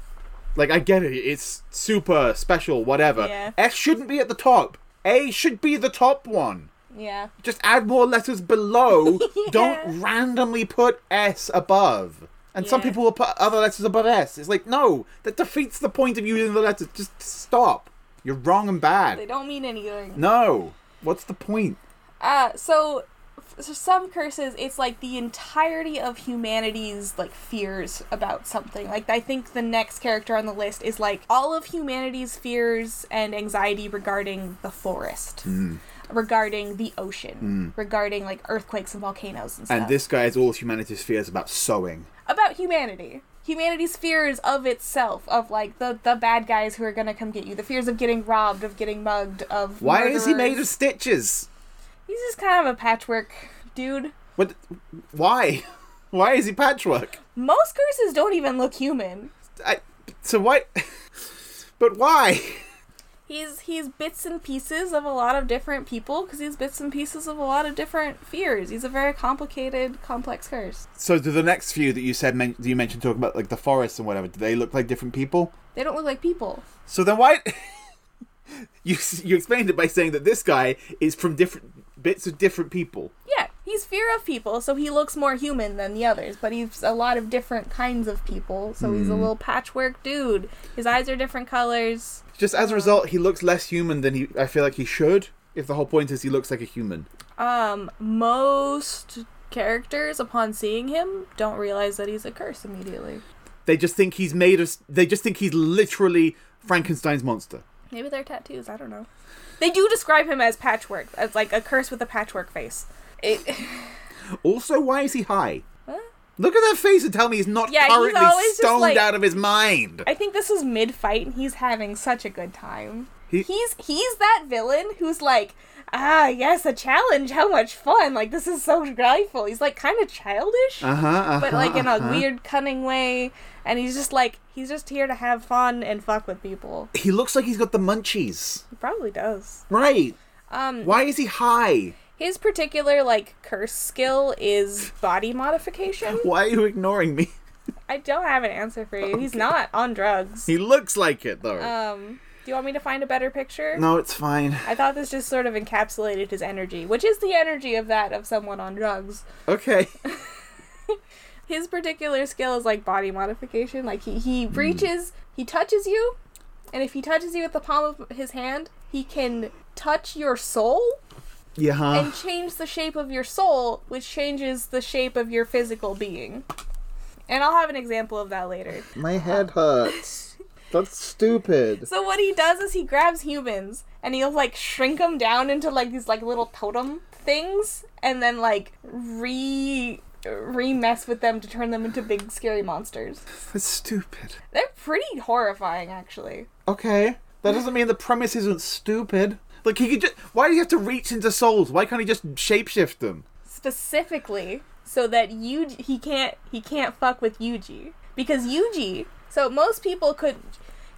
Like I get it, it's super special, whatever.
Yeah.
S shouldn't be at the top. A should be the top one.
yeah.
Just add more letters below.
Yeah.
Don't randomly put S above. And some
Yeah.
people will put other letters above S. It's like, no, that defeats the point of using the letters. Just stop. You're wrong and
They
bad.
don't mean anything.
No. What's the point?
Uh, so, f- so some curses, it's like the entirety of humanity's like fears about something. Like I think the next character on the list is like all of humanity's fears and anxiety regarding the forest,
Mm.
regarding the ocean, regarding like earthquakes and volcanoes and stuff.
And this guy has all of humanity's fears about sewing.
about humanity. Humanity's fears of itself, of like the the bad guys who are gonna come get you, the fears of getting robbed, of getting mugged, of
Why is he
murderers.
made of stitches?
He's just kind of a patchwork dude.
What? Why? Why is he patchwork?
Most curses don't even look human.
I, so why? But why?
He's he's bits and pieces of a lot of different people because he's bits and pieces of a lot of different fears. He's a very complicated, complex curse.
So do the next few that you said men- you mentioned talking about like the forest and whatever? Do they look like different people?
They don't look like people.
So then why? you you explained it by saying that this guy is from different bits of different people.
Yeah, he's fear of people, so he looks more human than the others, but he's a lot of different kinds of people, so he's a little patchwork dude. His eyes are different colors.
Just as a result, he looks less human than he. I feel like he should. If the whole point is he looks like a human.
Um, most characters, upon seeing him, don't realize that he's a curse immediately.
They just think he's made of. They just think he's literally Frankenstein's monster.
Maybe they're tattoos. I don't know. They do describe him as patchwork, as like a curse with a patchwork face. It,
Also, why is he high?
Huh?
Look at that face and tell me he's not
Yeah, he's
currently
always just
stoned
like-
out of his mind.
I think this is mid fight, and he's having such a good time.
He-
he's he's that villain who's like, ah, yes, a challenge. How much fun! Like this is so delightful. He's like kind of childish,
Uh huh. Uh-huh,
but like in a
uh-huh.
weird, cunning way. And he's just like he's just here to have fun and fuck with people.
He looks like he's got the munchies.
He probably does.
Right.
Um,
Why is he high?
his particular like curse skill is body modification.
Why are you ignoring me?
I don't have an answer for you. He's not on drugs.
He looks like it though.
Um, do you want me to find a better picture?
no, it's fine.
I thought this just sort of encapsulated his energy, which is the energy of that of someone on drugs.
Okay.
His particular skill is like body modification. Like he he reaches, he touches you, and if he touches you with the palm of his hand, he can touch your soul
Yeah. huh.
and change the shape of your soul, which changes the shape of your physical being. And I'll have an example of that later.
My head hurts. That's stupid.
So what he does is he grabs humans and he'll like shrink them down into like these like little totem things and then like re re mess with them to turn them into big scary monsters.
That's stupid.
They're pretty horrifying actually.
Okay. That doesn't mean the premise isn't stupid. Like he could just. Why do you have to reach into souls? Why can't he just shapeshift them?
specifically so that Yuji he can't he can't fuck with Yuji because Yuji so most people could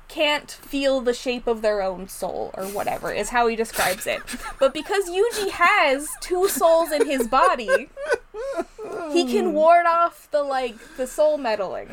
can't feel the shape of their own soul or whatever is how he describes it but because Yuji has two souls in his body he can ward off the like the soul meddling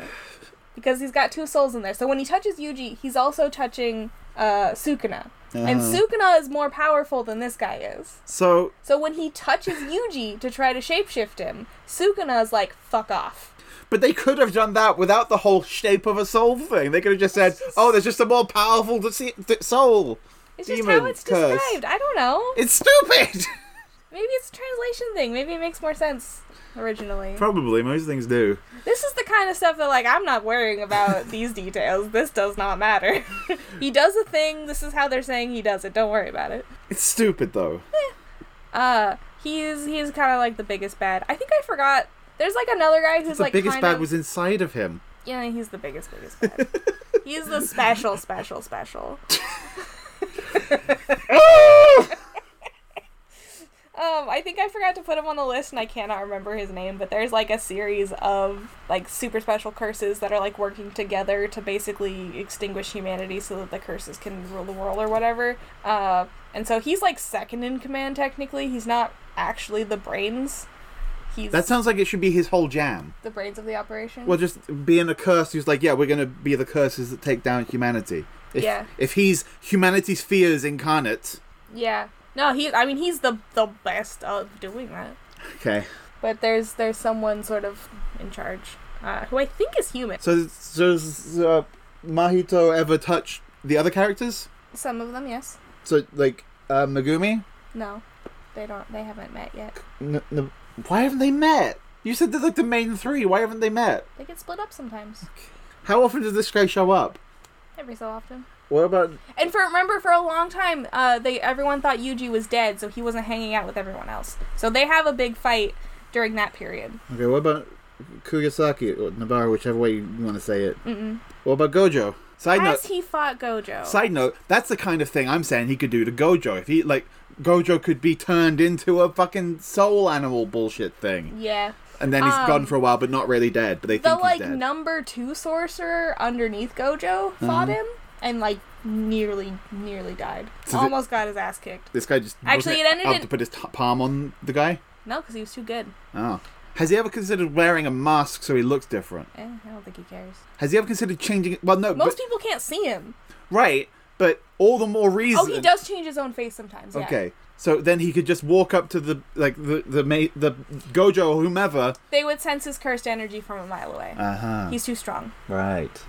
because he's got two souls in there so when he touches Yuji he's also touching uh Sukuna and Sukuna is more powerful than this guy is
So
so when he touches Yuji to try to shapeshift him, Sukuna's like, fuck off.
But they could have done that without the whole shape of a soul thing. They could have just said, "Oh, there's just a more powerful dece- de- soul."
It's just
Demon
how it's
curse.
described. I don't know.
It's stupid.
Maybe it's a translation thing. Maybe it makes more sense originally.
Probably most things do.
This is the kind of stuff that, like, I'm not worrying about these details. This does not matter. he does a thing. This is how they're saying he does it. Don't worry about it.
It's stupid though.
Uh, he's he's kind of like the biggest bad. I think I forgot. There's like another guy who's
the
like
biggest
kind
bad
of-
was inside of him.
Yeah, he's the biggest, biggest bad. he's the special, special, special. Um, I think I forgot to put him on the list, and I cannot remember his name. But there's like a series of like super special curses that are like working together to basically extinguish humanity, so that the curses can rule the world or whatever. Uh, and so he's like second in command technically. He's not actually the brains. He's
That sounds like it should be his whole jam.
the brains of the operation.
Well, just being a curse who's like, "Yeah, we're gonna be the curses that take down humanity." If,
Yeah.
If he's humanity's fears incarnate.
Yeah. No, he. I mean, he's the the best of doing that.
Okay.
But there's there's someone sort of in charge, uh, who I think is human.
So, so does uh, Mahito ever touch the other characters?
Some of them, yes.
So, like uh, Megumi.
No, they don't. They haven't met yet.
N- n- why haven't they met? You said they're like the main three. Why haven't they met?
They get split up sometimes,
How often does this guy show up?
every so often.
What about?
And for remember, for a long time, uh, they everyone thought Yuji was dead, so he wasn't hanging out with everyone else. So they have a big fight during that period.
Okay, what about Kugasaki or Nabarro, whichever way you want to say it?
Mm-mm.
What about Gojo? Side note.
As he fought Gojo.
Side note. That's the kind of thing I'm saying he could do to Gojo. If he like, Gojo could be turned into a fucking soul animal bullshit thing,
yeah.
and then he's
Um,
gone for a while, but not really dead. But they
the
think he's
like
dead.
number two sorcerer underneath Gojo fought him and like nearly nearly died.
Uh-huh. So the-
Almost got his ass kicked.
this guy just
Actually,
wasn't
it ended
up
in-
to put his t- palm on the guy.
No, because he was too good.
Oh, has he ever considered wearing a mask so he looks different?
Eh, I don't think he cares.
Has he ever considered changing it? Well, no,
Most
Uh, but,
people can't see him.
right, but all the more reason.
Oh, he does change his own face sometimes. Yeah.
Okay, so then he could just walk up to the like the the ma- the Gojo or whomever.
They would sense his cursed energy from a mile away.
Uh huh.
He's too strong.
Right.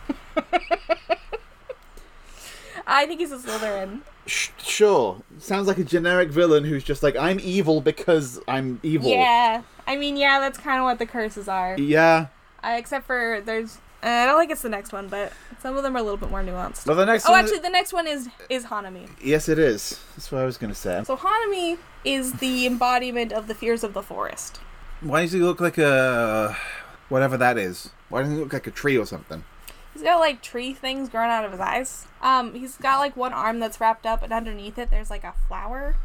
I think he's a Slytherin.
Sh- sure. Sounds like a generic villain who's just like I'm evil because I'm evil. E
Yeah. I mean, yeah, that's kind of what the curses are.
Yeah.
Uh, except for there's, uh, I don't think it's the next one, but some of them are a little bit more nuanced.
Well, the next.
Oh,
one-
actually, the next one is is Hanami.
Yes, it is. That's what I was gonna say.
So Hanami is the embodiment of the fears of the forest.
Why does he look like a whatever that is? Why doesn't he look like a tree or something?
He's got like tree things growing out of his eyes. Um, he's got like one arm that's wrapped up, and underneath it there's like a flower.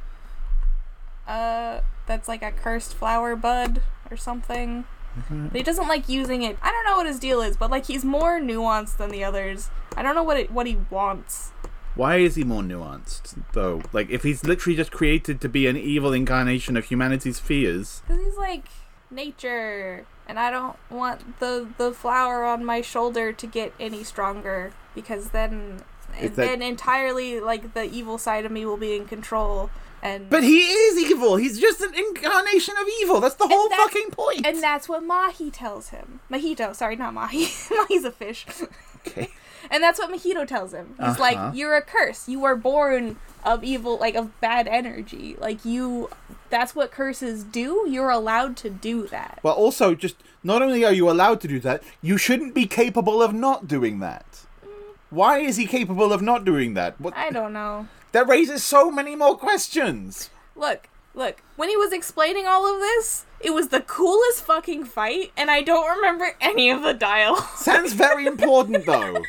Uh, that's like a cursed flower bud or something. But he doesn't like using it. I don't know what his deal is, but like he's more nuanced than the others. I don't know what it what he wants.
Why is he more nuanced, though? Like, if he's literally just created to be an evil incarnation of humanity's fears.
Cause he's like nature, and I don't want the the flower on my shoulder to get any stronger because then
It's like-
then entirely like the evil side of me will be in control. And
But he is evil! He's just an incarnation of evil! That's the whole
that's-
fucking point!
and that's what Mahi tells him. Mahito, sorry, not Mahi. Mahi's a fish.
okay.
And that's what Mahito tells him. He's
Uh-huh.
like, "You're a curse. You are born of evil, like of bad energy. Like you, that's what curses do. You're allowed to do that."
Well, also, just not only are you allowed to do that, you shouldn't be capable of not doing that. Why is he capable of not doing that? What,
I don't know.
that raises so many more questions!
Look, look. When he was explaining all of this, it was the coolest fucking fight, and I don't remember any of the dialogue.
Sounds very important, though.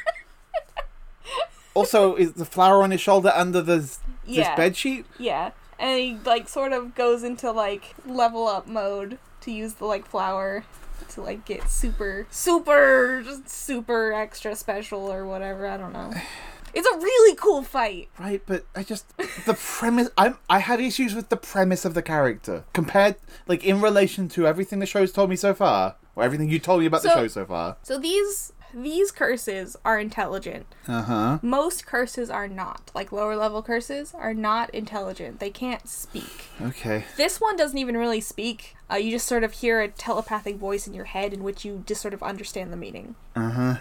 Also, is the flower on his shoulder under the this
Yeah.
bed sheet?
Yeah. And he like sort of goes into like level up mode to use the like flower to like get super super just super extra special or whatever, I don't know. It's a really cool fight.
Right, but I just the premise. I'm I had issues with the premise of the character compared, like in relation to everything the show's told me so far, or everything you told me about the
So-
show so far.
So these these curses are intelligent.
Uh huh.
Most curses are not. Like lower level curses are not intelligent. They can't speak.
Okay.
This one doesn't even really speak. Uh, you just sort of hear a telepathic voice in your head in which you just sort of understand the meaning.
Uh huh.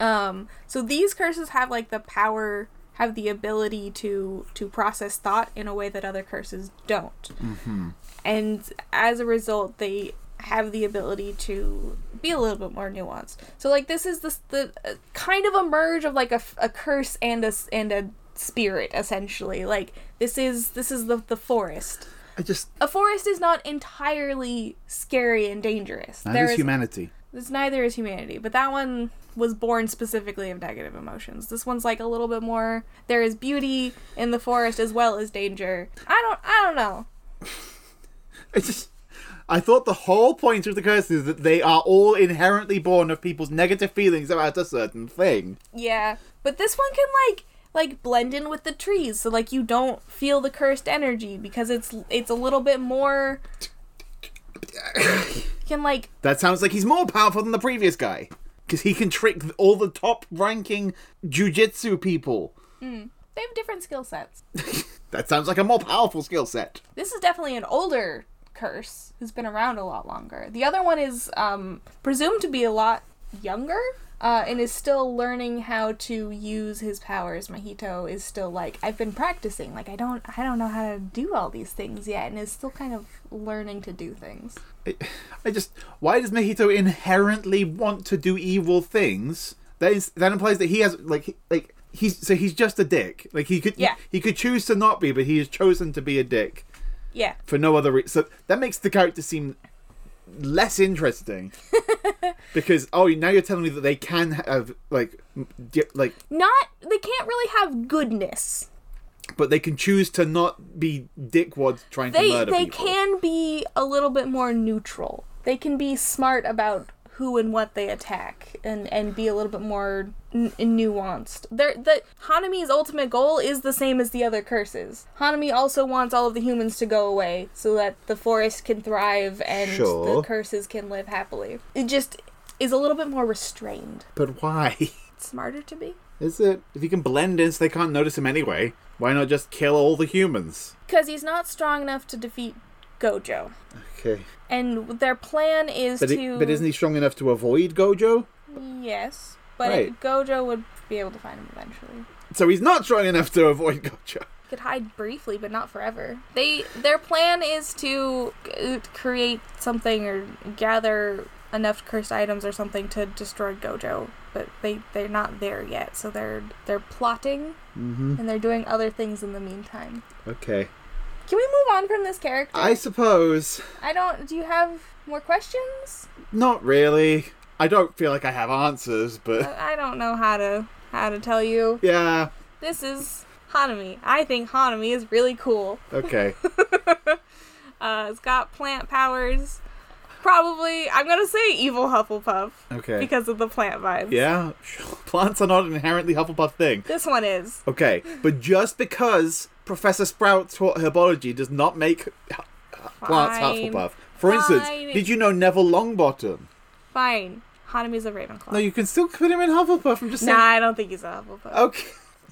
Um, so these curses have like the power, have the ability to to process thought in a way that other curses don't. Mm-hmm. And as a result, they have the ability to be a little bit more nuanced. So like this is the the uh, kind of a merge of like a, f- a curse and a s- and a spirit essentially. Like this is this is the the forest.
I just
A forest is not entirely scary and dangerous.
that
There
is
is-
humanity.
this neither is humanity, but that one was born specifically of negative emotions. This one's like a little bit more. There is beauty in the forest as well as danger. I don't. I don't know.
I just I thought the whole point of the curse is that they are all inherently born of people's negative feelings about a certain thing.
Yeah, but this one can like like blend in with the trees, so like you don't feel the cursed energy because it's it's a little bit more. Can like
That sounds like he's more powerful than the previous guy. Because he can trick all the top ranking jujitsu people.
they have different skill sets.
That sounds like a more powerful skill set.
this is definitely an older curse who's been around a lot longer. The other one is um, presumed to be a lot younger uh, and is still learning how to use his powers. Mahito is still like I've been practicing. Like I don't I don't know how to do all these things yet, and is still kind of learning to do things.
I, I just. Why does Mahito inherently want to do evil things? That, is, that implies that he has. Like. he- like He's, so he's just a dick. Like he could,
Yeah.
he, could choose to not be, but he has chosen to be a dick
Yeah,
for no other reason. So that makes the character seem less interesting because oh, now you're telling me that they can have like, m- di- like
not they can't really have goodness.
but they can choose to not be dickwads trying
They
to murder
they
people.
can be a little bit more neutral. They can be smart about who and what they attack, and and be a little bit more n- nuanced. They're, the Hanami's ultimate goal is the same as the other curses. Hanami also wants all of the humans to go away so that the forest can thrive and the
Sure.
curses can live happily. It just is a little bit more restrained.
But why
It's smarter to be.
is it? If you can blend in, so they can't notice him anyway. Why not just kill all the humans?
Because he's not strong enough to defeat Gojo.
Okay,
And their plan is
but
to.
it, but isn't he strong enough to avoid Gojo?
Yes, but it-
Right.
Gojo would be able to find him eventually.
So he's not strong enough to avoid Gojo.
He could hide briefly, but not forever. They their plan is to uh, create something or gather enough cursed items or something to destroy Gojo, but they they're not there yet. So they're they're plotting
Mm-hmm.
and they're doing other things in the meantime.
Okay,
Can we move on from this character?
I suppose
I don't. Do you have more questions?
not really. I don't feel like I have answers, but
I I don't know how to how to tell you.
yeah.
This is Hanami. I think Hanami is really cool.
Okay.
Uh, it's got plant powers. Probably, I'm gonna say evil Hufflepuff
Okay.
because of the plant vibes.
yeah, sure. plants are not an inherently Hufflepuff thing.
This one is.
Okay, but just because Professor Sprout taught herbology does not make h- plants
Fine.
Hufflepuff. For instance,
Fine.
did you know Neville Longbottom?
Fine. Hanami's a Ravenclaw.
No, you can still put him in Hufflepuff. I'm just
nah,
saying.
I don't think he's a Hufflepuff.
Okay.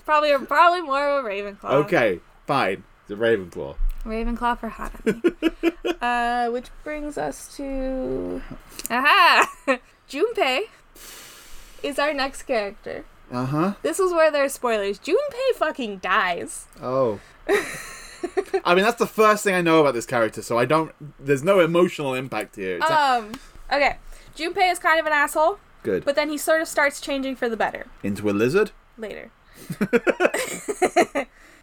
Probably, probably more of a Ravenclaw.
Okay, fine. The Ravenclaw.
Ravenclaw for Hanami. uh, which brings us to. Aha! Junpei is our next character.
Uh huh.
This is where there's spoilers. Junpei fucking dies.
Oh. I mean, that's the first thing I know about this character, so I don't. There's no emotional impact here. It's not
Um, okay. Junpei is kind of an asshole,
good.
but then he sort of starts changing for the better.
Into a lizard?
later.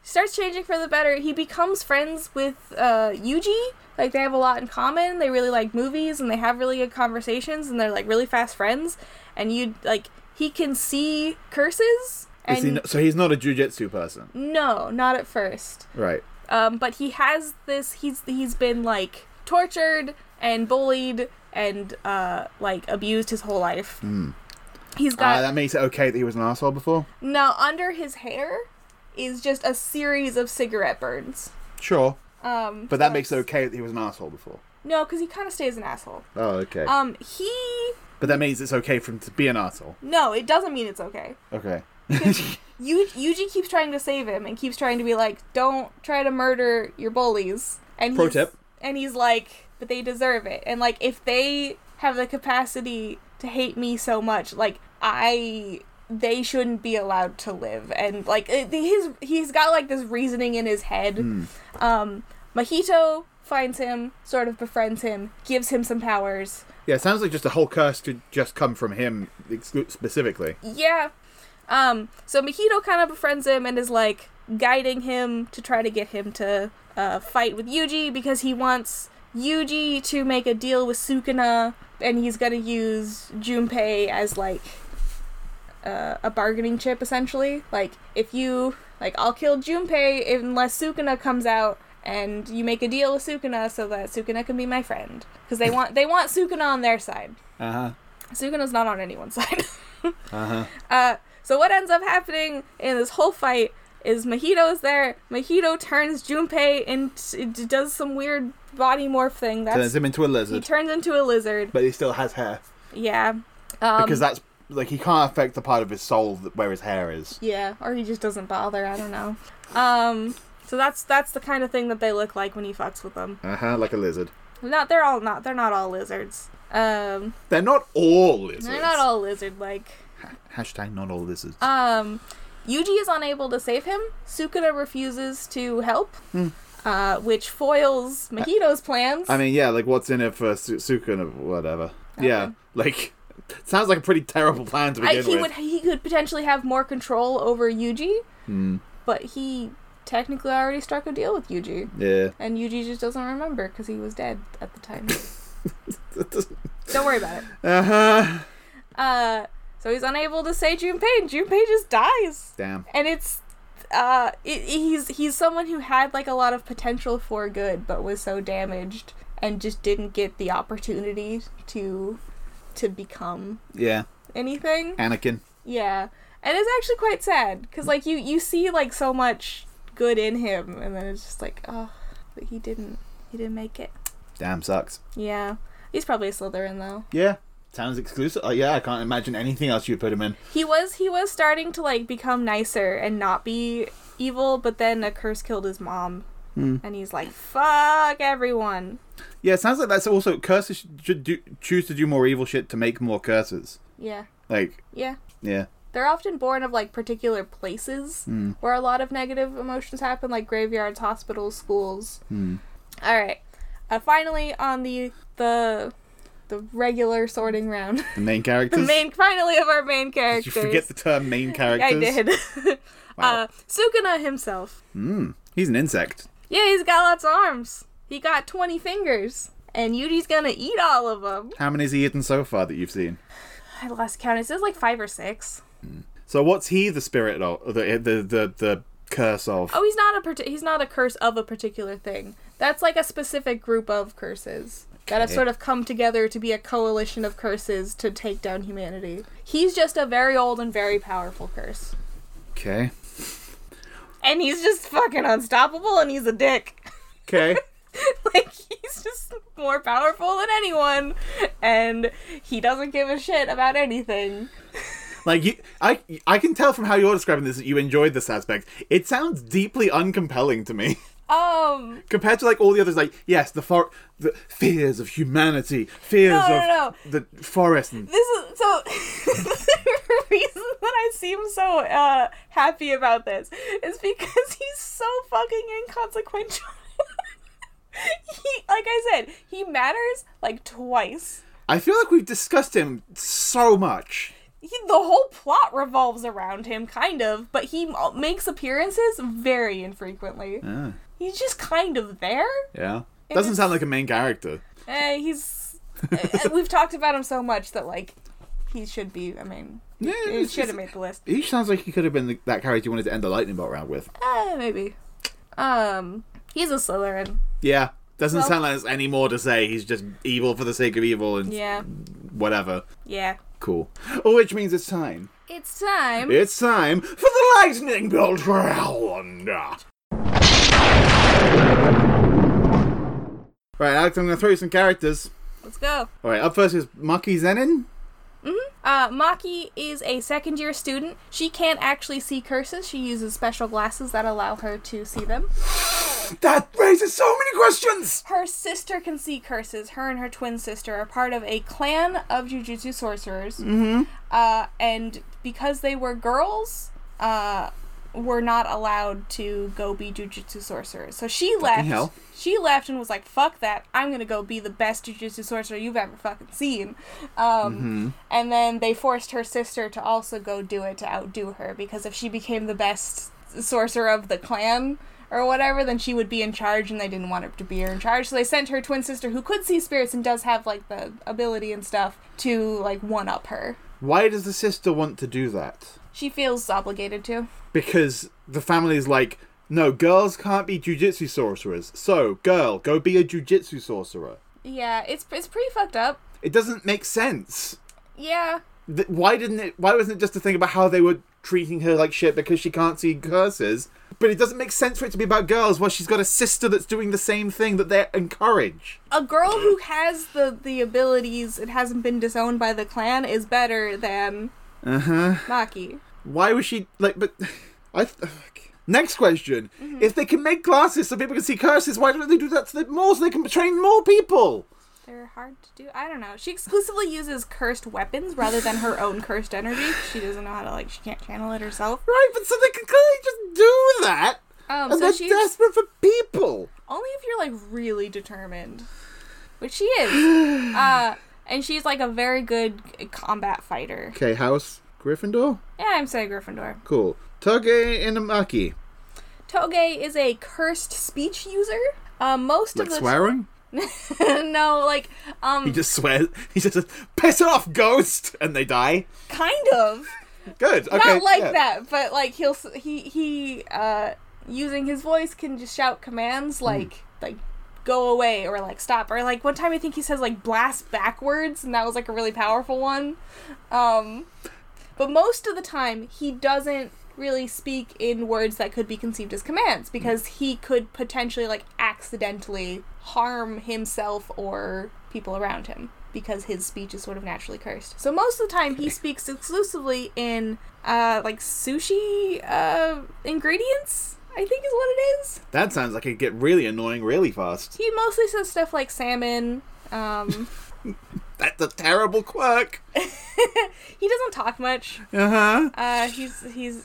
Starts changing for the better. He becomes friends with uh, Yuji. Like they have a lot in common. They really like movies and they have really good conversations and they're like really fast friends. And you like he can see curses
Is he
And-
not, so he's not a jujitsu person,
No, not at first.
right?
Um, but he has this. He's he's been like tortured and bullied and uh, like abused his whole life.
Hmm.
He's
Ah,
got
that makes it okay that he was an asshole before.
now under his hair is just a series of cigarette burns.
Sure,
Um,
but that
so
makes it
it's-
okay that he was an asshole before.
No, because he kind of stays an asshole.
Oh, okay.
Um, he
but that means it's okay for him to be an asshole.
no, it doesn't mean it's okay.
Okay.
Yu- Yuji keeps trying to save him and keeps trying to be like, "Don't try to murder your bullies." And
Pro
he's,
tip.
And he's like, "But they deserve it." And like, if they have the capacity to hate me so much, like I, they shouldn't be allowed to live. And like, it, his he's got like this reasoning in his head.
Hmm.
Um, Mahito finds him, sort of befriends him, gives him some powers.
Yeah, it sounds like just a whole curse could just come from him exclu- specifically.
Yeah. Um, so Mahito kind of befriends him and is like guiding him to try to get him to uh, fight with Yuji because he wants Yuji to make a deal with Sukuna and he's gonna use Junpei as like uh, a bargaining chip essentially. Like if you like, I'll kill Junpei unless Sukuna comes out and you make a deal with Sukuna so that Sukuna can be my friend because they want they want Sukuna on their side.
Uh huh.
Sukuna's not on anyone's side.
Uh huh.
Uh, so what ends up happening in this whole fight is Mahito's there. Mahito turns Junpei and t- d- does some weird body morph thing.
Turns
That's
him into a
he
lizard,
turns into a lizard.
but he still has hair
Yeah. Um,
because that's like he can't affect the part of his soul that, where his hair is.
yeah, or he just doesn't bother. I don't know. Um, so that's that's the kind of thing that they look like when he fucks with them.
Uh huh. Like a lizard.
Not they're all not they're not all lizards. Um,
They're not all lizards.
they're not all lizard like.
Hashtag not all lizards.
Um, Yuji is unable to save him. Sukuna refuses to help, uh, which foils Mahito's plans.
Hmm. I mean, yeah, like what's in it for Su- Sukun or whatever? Yeah,
Okay.
like sounds like a pretty terrible plan to
I-
begin
he
with.
would he could potentially have more control over Yuji,
Hmm.
but he technically already struck a deal with Yuji,
Yeah,
and Yuji just doesn't remember because he was dead at the time.
uh
Don't worry about it.
huh.
Uh, so he's unable to say Junpei, and Junpei just dies.
Damn.
and it's uh it, he's he's someone who had like a lot of potential for good but was so damaged and just didn't get the opportunity to to become
Yeah,
anything
Anakin.
yeah and it's actually quite sad because like you you see like so much good in him and then it's just like oh but he didn't he didn't make it
Damn sucks.
yeah he's probably a slytherin though
Yeah, sounds exclusive. Oh yeah, I can't imagine anything else you'd put him in.
he was he was starting to like become nicer and not be evil but then a curse killed his mom
Hmm.
and he's like fuck everyone
Yeah, it sounds like that's also curses should- should do, choose to do more evil shit to make more curses.
yeah
Like,
yeah
yeah,
they're often born of like particular places
Hmm.
where a lot of negative emotions happen like graveyards hospitals schools
Hmm.
all right uh, finally on the the the regular sorting round
the main
the
characters.
main finally of our main
Did you
characters
forget the term main
i
characters?
did
Wow.
uh sukuna himself
He's an insect.
Yeah, he's got lots of arms. He got 20 fingers. And Yuji's gonna eat all of them.
How many has he eaten so far that you've seen?
I lost count. It says like five or six.
So what's he the spirit of? The the the, the curse of?
Oh, he's not a parti- he's not a curse of a particular thing. That's like a specific group of curses that have
Okay.
sort of come together to be a coalition of curses to take down humanity. He's just a very old and very powerful curse,
Okay.
and he's just fucking unstoppable. And he's a dick.
Okay.
like he's just more powerful than anyone, and he doesn't give a shit about anything.
like you, I I can tell from how you're describing this that you enjoyed this aspect. It sounds deeply uncompelling to me
Um,
compared to like all the others. Like yes, the for the fears of humanity, fears
No,
of
no,
the forest. And,
this is so. the reason that I seem so uh, happy about this is because he's so fucking inconsequential. he, like I said, he matters like twice.
I feel like we've discussed him so much.
He, the whole plot revolves around him, kind of, but he m- makes appearances very infrequently.
Ah,
He's just kind of there.
yeah, doesn't
is-
sound like a main character.
Eh, he's. eh, we've talked about him so much that like, he should be. I mean,
Yeah,
It
it's
should have
just-
made the list.
He sounds like he could have been the, that character you wanted to end the lightning bolt round with.
Uh, maybe. Um, he's a Slytherin.
Yeah, doesn't
Well-
sound like there's any more to say. He's just evil for the sake of evil and
Yeah.
whatever.
Yeah.
Cool. Oh, which means it's time.
It's time.
It's time for the lightning bolt round. Right, Alex, I'm going to throw you some characters.
Let's go.
All right, up first is Maki Zenin.
Uh, Maki is a second year student. She can't actually see curses. She uses special glasses that allow her to see them.
That raises so many questions.
Her sister can see curses. Her and her twin sister are part of a clan of jujutsu sorcerers. Mm-hmm. Uh, and because they were girls, uh, were not allowed to go be jujutsu sorcerers. So she left.
hell.
She left and was like, "Fuck that! I'm gonna go be the best jujutsu sorcerer you've ever fucking seen." Um, And then they forced her sister to also go do it to outdo her because if she became the best sorcerer of the clan or whatever, then she would be in charge, and they didn't want her to be her in charge. So they sent her twin sister, who could see spirits and does have like the ability and stuff, to like one up her.
Why does the sister want to do that?
She feels obligated to.
Because the family's like, no, girls can't be jujitsu sorcerers. So, girl, go be a jujitsu sorcerer.
Yeah, it's it's pretty fucked up.
It doesn't make sense.
Yeah,
Th- why didn't it? Why wasn't it just a thing about how they were treating her like shit because she can't see curses? But it doesn't make sense for it to be about girls while she's got a sister that's doing the same thing that they encourage.
a girl who has the the abilities and hasn't been disowned by the clan is better than uh Maki.
Why was she like? But I. Th- Next question:
Mm-hmm.
If they can make glasses so people can see curses, why don't they do that to the more so they can train more people?
They're hard to do. I don't know. She exclusively uses cursed weapons rather than her own cursed energy. She doesn't know how to like. She can't channel it herself.
Right, but so they can clearly just do that.
Um,
and
so
they're
she's
desperate for people.
only if you're like really determined, which she is. uh, and she's like a very good combat fighter.
Okay, House Gryffindor.
Yeah, I'm saying Gryffindor.
Cool. Toge Inamaki.
Toge is a cursed speech user. Uh, most
Like
of the
swearing.
no, like um,
He just swears. He just says, "Piss off, ghost," and they die.
kind of
Good. Okay.
not like
yeah.
that, but like he'll s- he he uh, using his voice can just shout
Hmm.
commands like like go away or like stop or like one time I think he says like blast backwards and that was like a really powerful one. Um, but most of the time he doesn't really speak in words that could be conceived as commands because he could potentially like accidentally harm himself or people around him because his speech is sort of naturally cursed. So most of the time he speaks exclusively in uh like sushi uh ingredients, I think is what it is.
That sounds like it'd get really annoying really fast.
He mostly says stuff like salmon um
That's a terrible quirk.
he doesn't talk much.
Uh huh.
Uh, he's he's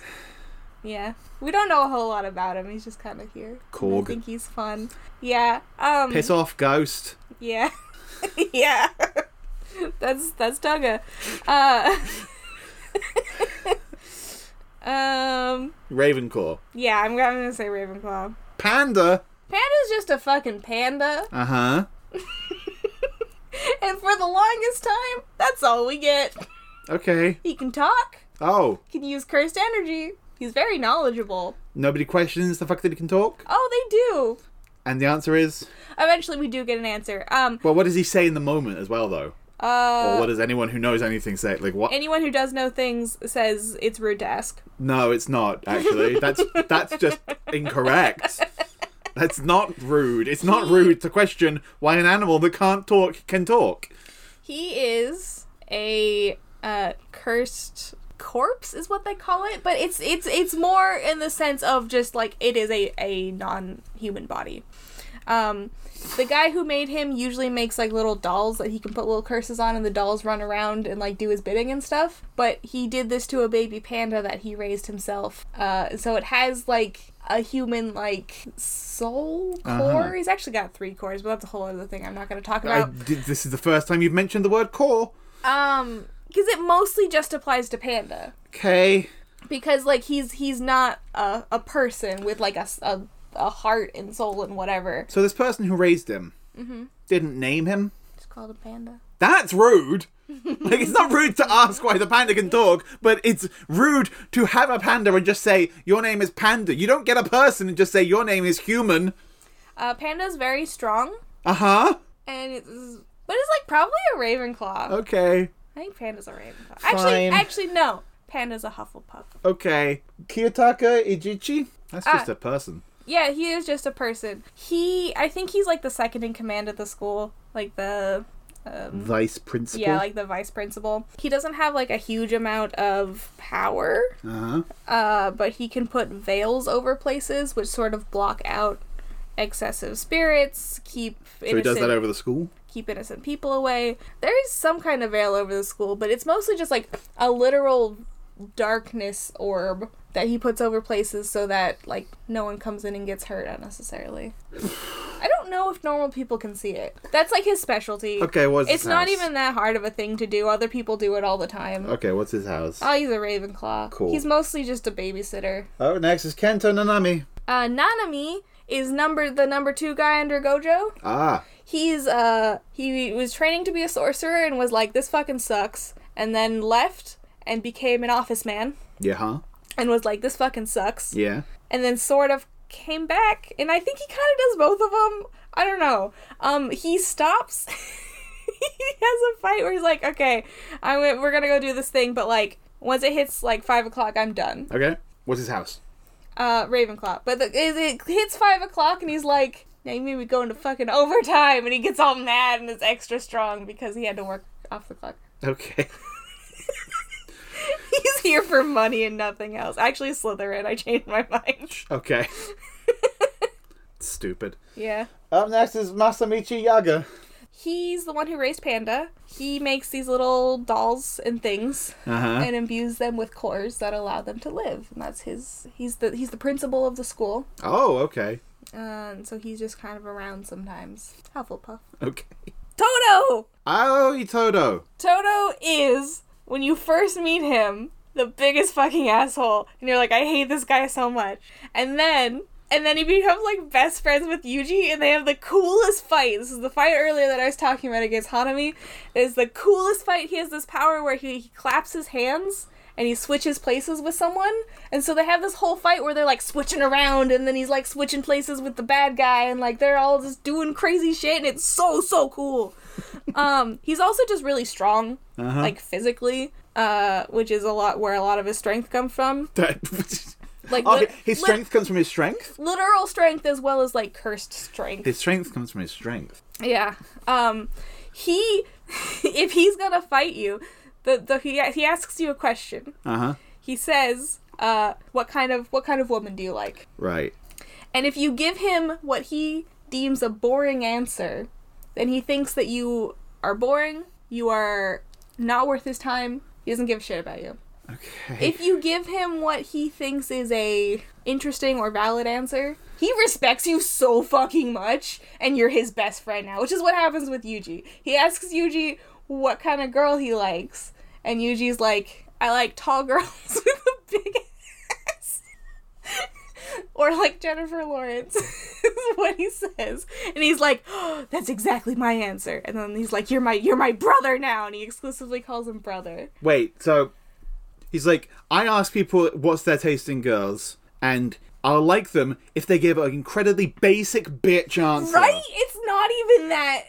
yeah. We don't know a whole lot about him. He's just kind of here.
Korg.
I think he's fun. Yeah. Um.
Piss off, ghost.
Yeah. yeah. that's that's Dunga. Uh. um.
Ravenclaw.
Yeah, I'm, I'm gonna say Ravenclaw.
Panda.
Panda's just a fucking panda,
Uh huh.
and for the longest time, that's all we get.
Okay.
He can talk.
Oh,
Can use cursed energy. He's very knowledgeable.
nobody questions the fact that he can talk.
Oh, they do.
And the answer is,
Eventually, we do get an answer. Um,
well, what does he say in the moment as well, though?
uh,
or what does anyone who knows anything say? Like what?
anyone who does know things says it's rude to ask.
No, it's not actually. That's that's just incorrect. That's not rude. It's not rude to question why an animal that can't talk can talk.
He is a uh, cursed corpse, is what they call it, but it's it's it's more in the sense of just like it is a a non-human body. Um, the guy who made him usually makes like little dolls that he can put little curses on, and the dolls run around and like do his bidding and stuff. But he did this to a baby panda that he raised himself. Uh, so it has like a human like soul core. He's actually got three cores, but that's a whole other thing I'm not going to talk
I
about.
did, this is the first time you've mentioned the word core.
Um, because it mostly just applies to Panda.
Okay.
Because like he's he's not a, a person with like a, s- a- a heart and soul and whatever.
So this person who raised him didn't name him.
Just called him Panda.
that's rude. like it's not rude to ask why the panda can talk, but it's rude to have a panda and just say your name is panda. You don't get a person and just say your name is human.
Uh, Panda's very strong,
Uh huh.
and it's but it's like probably a Ravenclaw.
Okay.
I think Panda's a Ravenclaw. Actually,
Oh. Fine.
actually no, Panda's a Hufflepuff.
Okay. Kiyotaka Ijichi. That's just
Ah.
a person.
Yeah, he is just a person. He, I think he's like the second in command at the school, like the uh,
Vice principal.
yeah, like the vice principal. He doesn't have like a huge amount of power,
uh-huh.
uh, but he can put veils over places, which sort of block out excessive spirits, keep
So he
innocent,
does that over the school.
keep innocent people away. There is some kind of veil over the school, but it's mostly just like a literal darkness orb that he puts over places so that like no one comes in and gets hurt unnecessarily. I don't know if normal people can see it. That's like his specialty.
Okay, what's his
It's not
house?
even that hard of a thing to do. Other people do it all the time.
Okay, what's his house?
Oh, he's a Ravenclaw.
Cool.
He's mostly just a babysitter.
oh, next is Kento Nanami.
Uh, Nanami is number the number two guy under Gojo.
Ah,
He's uh he was training to be a sorcerer and was like this fucking sucks, and then left and became an office man
yeah, huh?
and was like this fucking sucks,
Yeah.
and then sort of came back and I think he kind of does both of them. I don't know. Um, he stops. he has a fight where he's like, okay, I went, we're gonna go do this thing, but like once it hits like five o'clock, I'm done.
Okay. What's his house?
uh, Ravenclaw. But the, it, it hits five o'clock, and he's like, "Now you made me go into fucking overtime," and he gets all mad and is extra strong because he had to work off the clock.
Okay.
He's here for money and nothing else. Actually, Slytherin. I changed my mind.
Okay. Stupid.
yeah.
Up next is Masamichi Yaga.
He's the one who raised Panda. He makes these little dolls and things
Uh huh.
and imbues them with cores that allow them to live. And that's his he's the he's the principal of the school.
Oh, okay.
And so he's just kind of around sometimes. Hufflepuff.
Okay.
Toto!
Oh, Itodo.
Toto is when you first meet him the biggest fucking asshole and you're like I hate this guy so much. And then and then he becomes like best friends with Yuji and they have the coolest fight. This is the fight earlier that I was talking about against Hanami. It is the coolest fight. He has this power where he, he claps his hands and he switches places with someone. And so they have this whole fight where they're like switching around and then he's like switching places with the bad guy and like they're all just doing crazy shit and it's so so cool. um he's also just really strong
Uh-huh.
like physically uh which is a lot where a lot of his strength comes from like
oh,
lit-
his
lit-
strength comes from his strength?
literal strength as well as like cursed strength
His strength comes from his strength.
yeah um he if he's gonna fight you the, the he, he asks you a question
Uh huh.
he says uh what kind of what kind of woman do you like
Right.
and if you give him what he deems a boring answer then he thinks that you are boring you are not worth his time he doesn't give a shit about you
Okay.
if you give him what he thinks is a interesting or valid answer, he respects you so fucking much, and you're his best friend now, which is what happens with Yuji. He asks Yuji what kind of girl he likes, and Yuji's like, I like tall girls with a big ass. or like Jennifer Lawrence, is what he says. And he's like, oh, that's exactly my answer. And then he's like, You're my you're my brother now, and he exclusively calls him brother.
Wait, so he's like, I ask people what's their taste in girls, and I'll like them if they give an incredibly basic bitch answer.
Right? It's not even that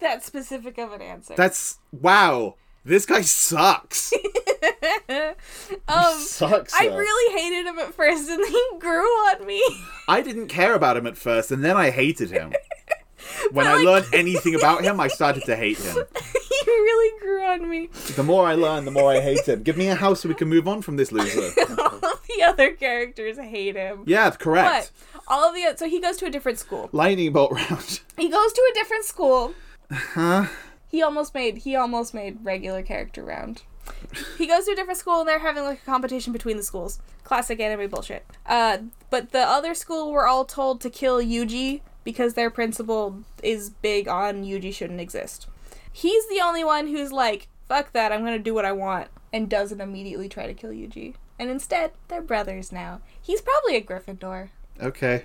that specific of an answer.
That's wow. This guy sucks.
um,
sucks.
I
though.
really hated him at first, and he grew on me.
I didn't care about him at first, and then I hated him. when I
like-
learned anything about him, I started to hate him.
he really grew on me.
The more I learn, the more I hate him. Give me a house so we can move on from this loser.
All the other characters hate him.
Yeah,
But
correct.
all of the so he goes to a different school.
Lightning bolt round.
He goes to a different school.
Huh?
He almost made he almost made regular character round. He goes to a different school and they're having like a competition between the schools. Classic anime bullshit. Uh, but the other school were all told to kill Yuji because their principal is big on Yuji shouldn't exist. He's the only one who's like, fuck that, I'm gonna do what I want, and doesn't immediately try to kill Yuji. And instead, they're brothers now. He's probably a Gryffindor.
Okay.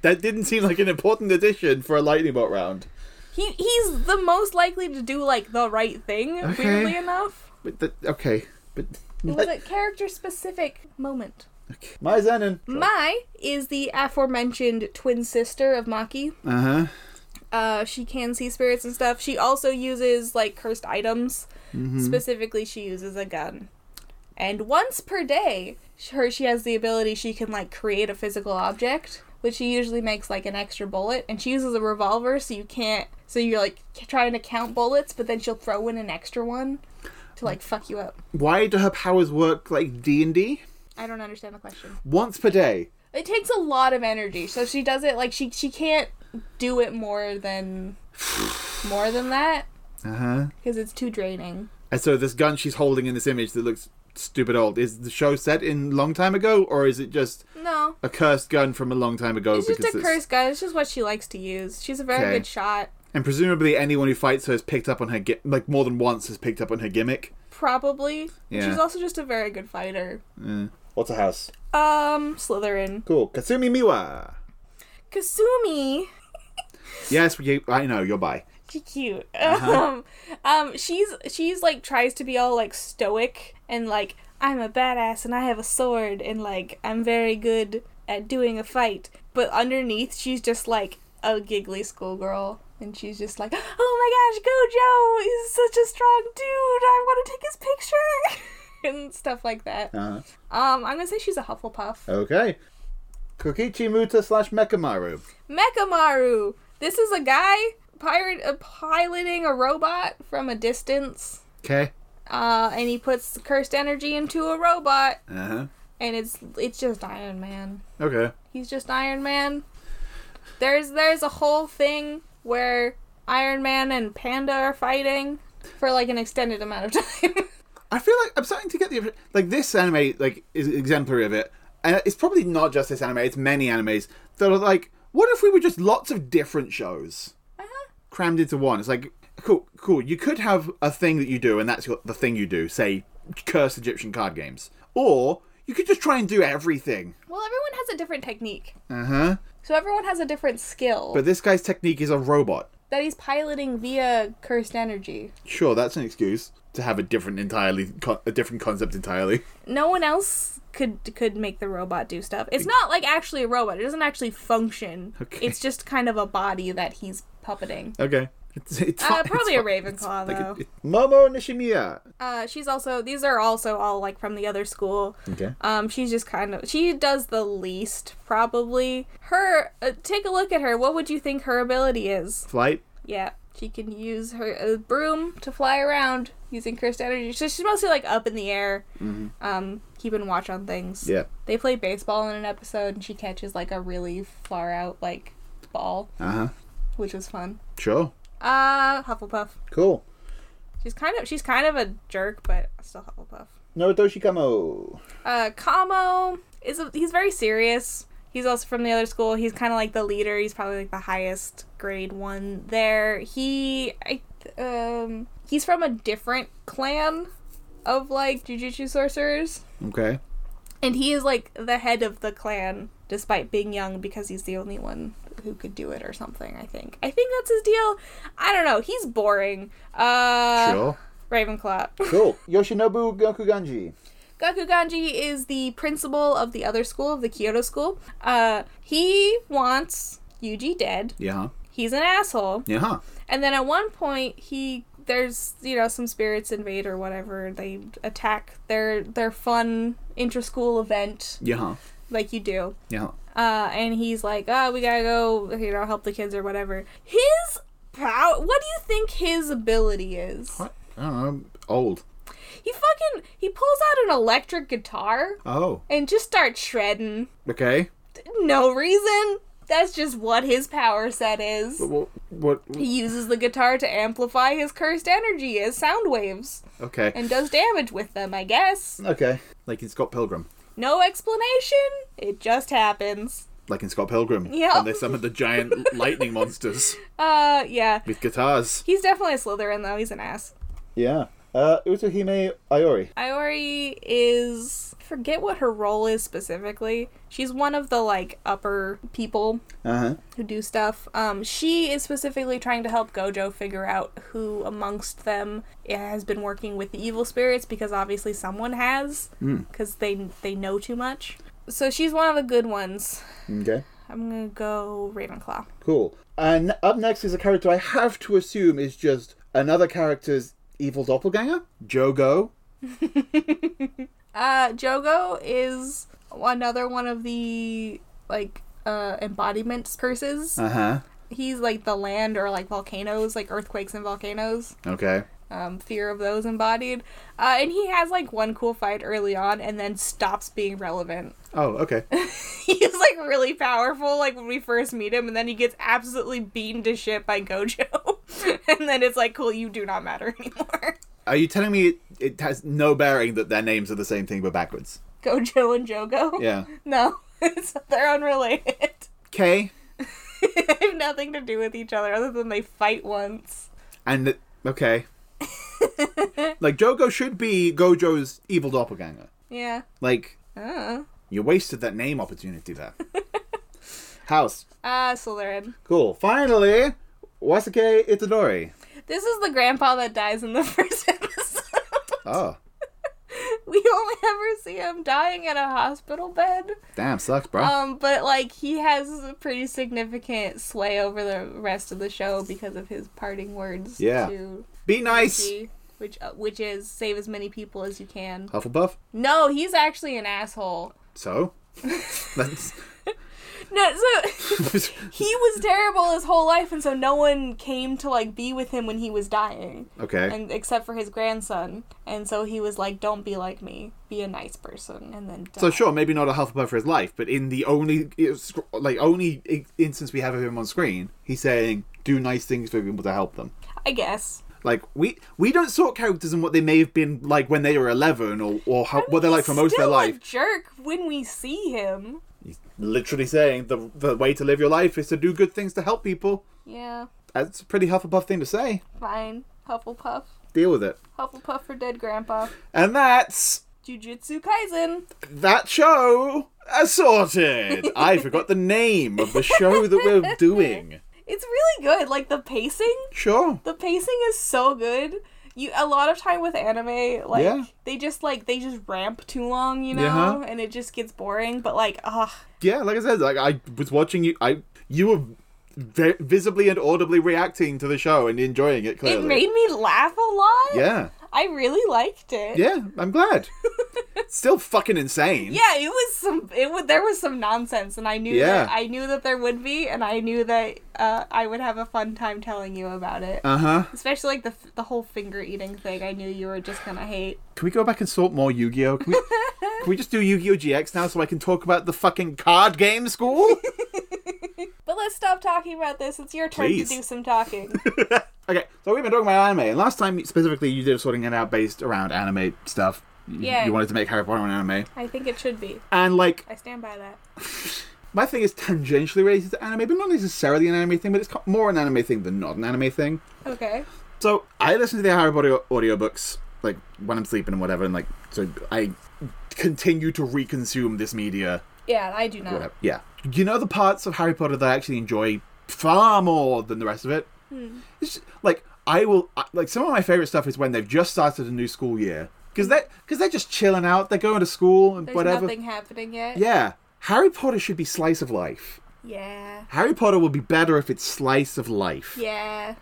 That didn't seem like an important addition for a lightning bolt round.
He he's the most likely to do like the right thing.
Okay.
Weirdly enough,
But the, okay, but
it was a character specific moment.
okay. my Zenon.
Mai is the aforementioned twin sister of Maki.
Uh huh.
Uh, she can see spirits and stuff. She also uses like cursed items. Specifically, she uses a gun. And once per day, sh- her she has the ability she can like create a physical object, which she usually makes like an extra bullet. And she uses a revolver, so you can't. So you're like c- trying to count bullets, but then she'll throw in an extra one to like fuck you up.
Why do her powers work like D and D?
I don't understand the question.
Once per day.
It takes a lot of energy, so she does it like she she can't do it more than more than that
Uh huh.
because it's too draining.
And so this gun she's holding in this image that looks stupid old is the show set in long time ago, or is it just
No,
a cursed gun from a long time ago?
it's just a cursed gun. It's just what she likes to use. She's a very
Okay.
good shot.
And presumably anyone who fights her has picked up on her gi- like more than once has picked up on her gimmick.
Probably.
Yeah.
She's also just a very good fighter.
What's a house?
Um, Slytherin.
Cool. Kasumi Miwa.
Kasumi.
Yes, we, I know you're by.
She's cute. Um, um, she's she's like tries to be all like stoic and like I'm a badass and I have a sword and like I'm very good at doing a fight. But underneath, she's just like a giggly schoolgirl. And she's just like, oh my gosh, Gojo is such a strong dude. I want to take his picture and stuff like that.
Uh-huh.
Um, I'm gonna say she's a Hufflepuff.
Okay. Kokichi Muta slash Mekamaru.
Mechamaru. This is a guy pirate uh, piloting a robot from a distance.
Okay.
Uh, and he puts cursed energy into a robot,
Uh huh.
and it's it's just Iron Man.
Okay.
He's just Iron Man. There's there's a whole thing where Iron Man and Panda are fighting for like an extended amount of time.
I feel like I'm starting to get the like this anime like is exemplary of it, and it's probably not just this anime; it's many animes that are like, what if we were just lots of different shows
Uh-huh.
crammed into one? It's like, cool, cool. You could have a thing that you do, and that's your, the thing you do. Say, cursed Egyptian card games, or you could just try and do everything.
well, everyone has a different technique,
Uh huh.
so everyone has a different skill
But this guy's technique is a robot.
that he's piloting via cursed energy.
Sure, that's an excuse to have a different entirely, co- a different concept entirely.
no one else could could make the robot do stuff. It's not like actually a robot. It doesn't actually function.
Okay.
It's just kind of a body that he's puppeting.
Okay. It's, it's
Uh,
fine,
probably a
it's fine.
Ravenclaw
Like,
though.
it- it- Momo Nishimiya.
uh, she's also these are also all like from the other school.
Okay.
Um, she's just kind of she does the least probably. Her uh, take a look at her. What would you think her ability is?
Flight.
Yeah, she can use her uh, broom to fly around using cursed energy. So she's mostly like up in the air, um, keeping watch on things.
Mm-hmm. Yeah.
They play baseball in an episode, and she catches like a really far out like ball,
Uh huh.
which was fun.
Sure.
Uh, Hufflepuff.
Cool.
She's kind of she's kind of a jerk, but still Hufflepuff.
No Doshikamo.
Uh, Kamo is a, he's very serious. He's also from the other school. He's kind of like the leader. He's probably like the highest grade one there. He I um he's from a different clan of like Jujutsu sorcerers.
Okay.
And he is like the head of the clan, despite being young, because he's the only one who could do it or something, I think. I think that's his deal. I don't know. He's boring. Uh
Sure.
Ravenclaw.
Cool. Yoshinobu Gokuganji.
Gakuganji is the principal of the other school, of the Kyoto school. Uh he wants Yuji dead.
Yeah. huh?
He's an asshole.
Yeah. huh.
And then at one point, he there's you know some spirits invade or whatever. They attack their their fun inter school event
Yeah. huh.
like you do.
Yeah. huh.
Uh, and he's like, "Oh, we gotta go, you know, help the kids or whatever." His power. What do you think his ability is?
What? I don't know. Um, Old.
He fucking he pulls out an electric guitar
Oh.
and just starts shredding.
Okay.
No reason. That's just what his power set is.
What? What?
He uses the guitar to amplify his cursed energy as sound waves
Okay.
and does damage with them, I guess.
Okay. Like in Scott Pilgrim.
No explanation. It just happens.
Like in Scott Pilgrim.
Yeah.
And they summon the giant lightning monsters
Uh, yeah.
with guitars.
He's definitely a Slytherin though. He's an ass.
Yeah. Uh, Utohime Ayori.
Iori is forget what her role is specifically. She's one of the like upper people
Uh huh.
who do stuff. Um, she is specifically trying to help Gojo figure out who amongst them has been working with the evil spirits because obviously someone has because they they know too much. So she's one of the good ones.
Okay.
I'm gonna go Ravenclaw.
Cool. And up next is a character I have to assume is just another character's evil doppelganger, Jogo.
Uh, Jogo is another one of the like uh embodiment curses.
Uh huh.
He's like the land or like volcanoes, like earthquakes and volcanoes.
Okay.
um, fear of those embodied. Uh, and he has like one cool fight early on and then stops being relevant.
Oh, okay.
He's like really powerful, like when we first meet him, and then he gets absolutely beaten to shit by Gojo. and then it's like, cool, you do not matter anymore.
Are you telling me it, it has no bearing that their names are the same thing but backwards?
Gojo and Jogo?
Yeah.
No, it's, they're unrelated.
K
they have nothing to do with each other other than they fight once.
and th- okay. like Jogo should be Gojo's evil doppelganger.
Yeah.
Like
Uh,
you wasted that name opportunity there. House.
uh Slytherin.
Cool. Finally, Wasuke Itadori.
This is the grandpa that dies in the first episode.
Oh,
we only ever see him dying in a hospital bed.
damn, sucks, bro.
Um, but like he has a pretty significant sway over the rest of the show because of his parting words
Yeah.
to
be nice.
G, which uh, which is save as many people as you can.
Hufflepuff.
No, he's actually an asshole.
So. That's-
No, so he was terrible his whole life, and so no one came to like be with him when he was dying,
okay.
and except for his grandson. And so he was like, "Don't be like me. Be a nice person." And then
So
died.
sure, maybe not a Hufflepuff for his life, but in the only like only i- instance we have of him on screen, he's saying do nice things for people to help them.
I guess.
Like we we don't sort characters and what they may have been like when they were eleven or or how, what they're like for most of their
Still
life.
A jerk when we see him.
He's literally saying the the way to live your life is to do good things to help people.
Yeah,
That's a pretty Hufflepuff thing to say.
fine. Hufflepuff.
Deal with it.
Hufflepuff for dead grandpa.
And that's
Jujutsu Kaisen.
that show assorted. I forgot the name of the show that we're doing.
It's really good. Like the pacing.
Sure.
The pacing is so good. You a lot of time with anime, like
Yeah.
they just like they just ramp too long, you know,
Yeah.
and it just gets boring. But like, ugh,
Yeah, like I said, like I was watching you. I you were vi- visibly and audibly reacting to the show and enjoying it. Clearly,
it made me laugh a lot.
yeah,
I really liked it.
yeah. I'm glad. Still fucking insane.
Yeah, it was some. It would. There was some nonsense, and I knew
Yeah.
that. I knew that there would be, and I knew that uh, I would have a fun time telling you about it.
Uh huh.
Especially like the f- the whole finger eating thing. I knew you were just gonna hate.
Can we go back and sort more Yu-Gi-Oh? Can we, can we just do Yu-Gi-Oh GX now so I can talk about the fucking card game school?
But let's stop talking about this. It's your turn
Please.
to do some talking.
okay, so we've been talking about anime, and last time specifically you did sorting it out based around anime stuff. You-
Yeah.
You wanted to make Harry Potter an anime,
I think it should be.
and like
I stand by that.
My thing is tangentially related to anime, but not necessarily an anime thing, but it's co- more an anime thing than not an anime thing.
Okay.
So I listen to the Harry Potter audiobooks, like when I'm sleeping and whatever, and like, so I continue to reconsume this media.
Yeah, I do not.
Whatever. Yeah. You know the parts of Harry Potter that I actually enjoy far more than the rest of it? It's just- like, I will, I- like, some of my favorite stuff is when they've just started a new school year. Because they're, 'cause they're just chilling out, they're going to school and
There's
whatever.
nothing happening yet.
Yeah. Harry Potter should be slice of life.
Yeah.
Harry Potter will be better if it's slice of life.
Yeah.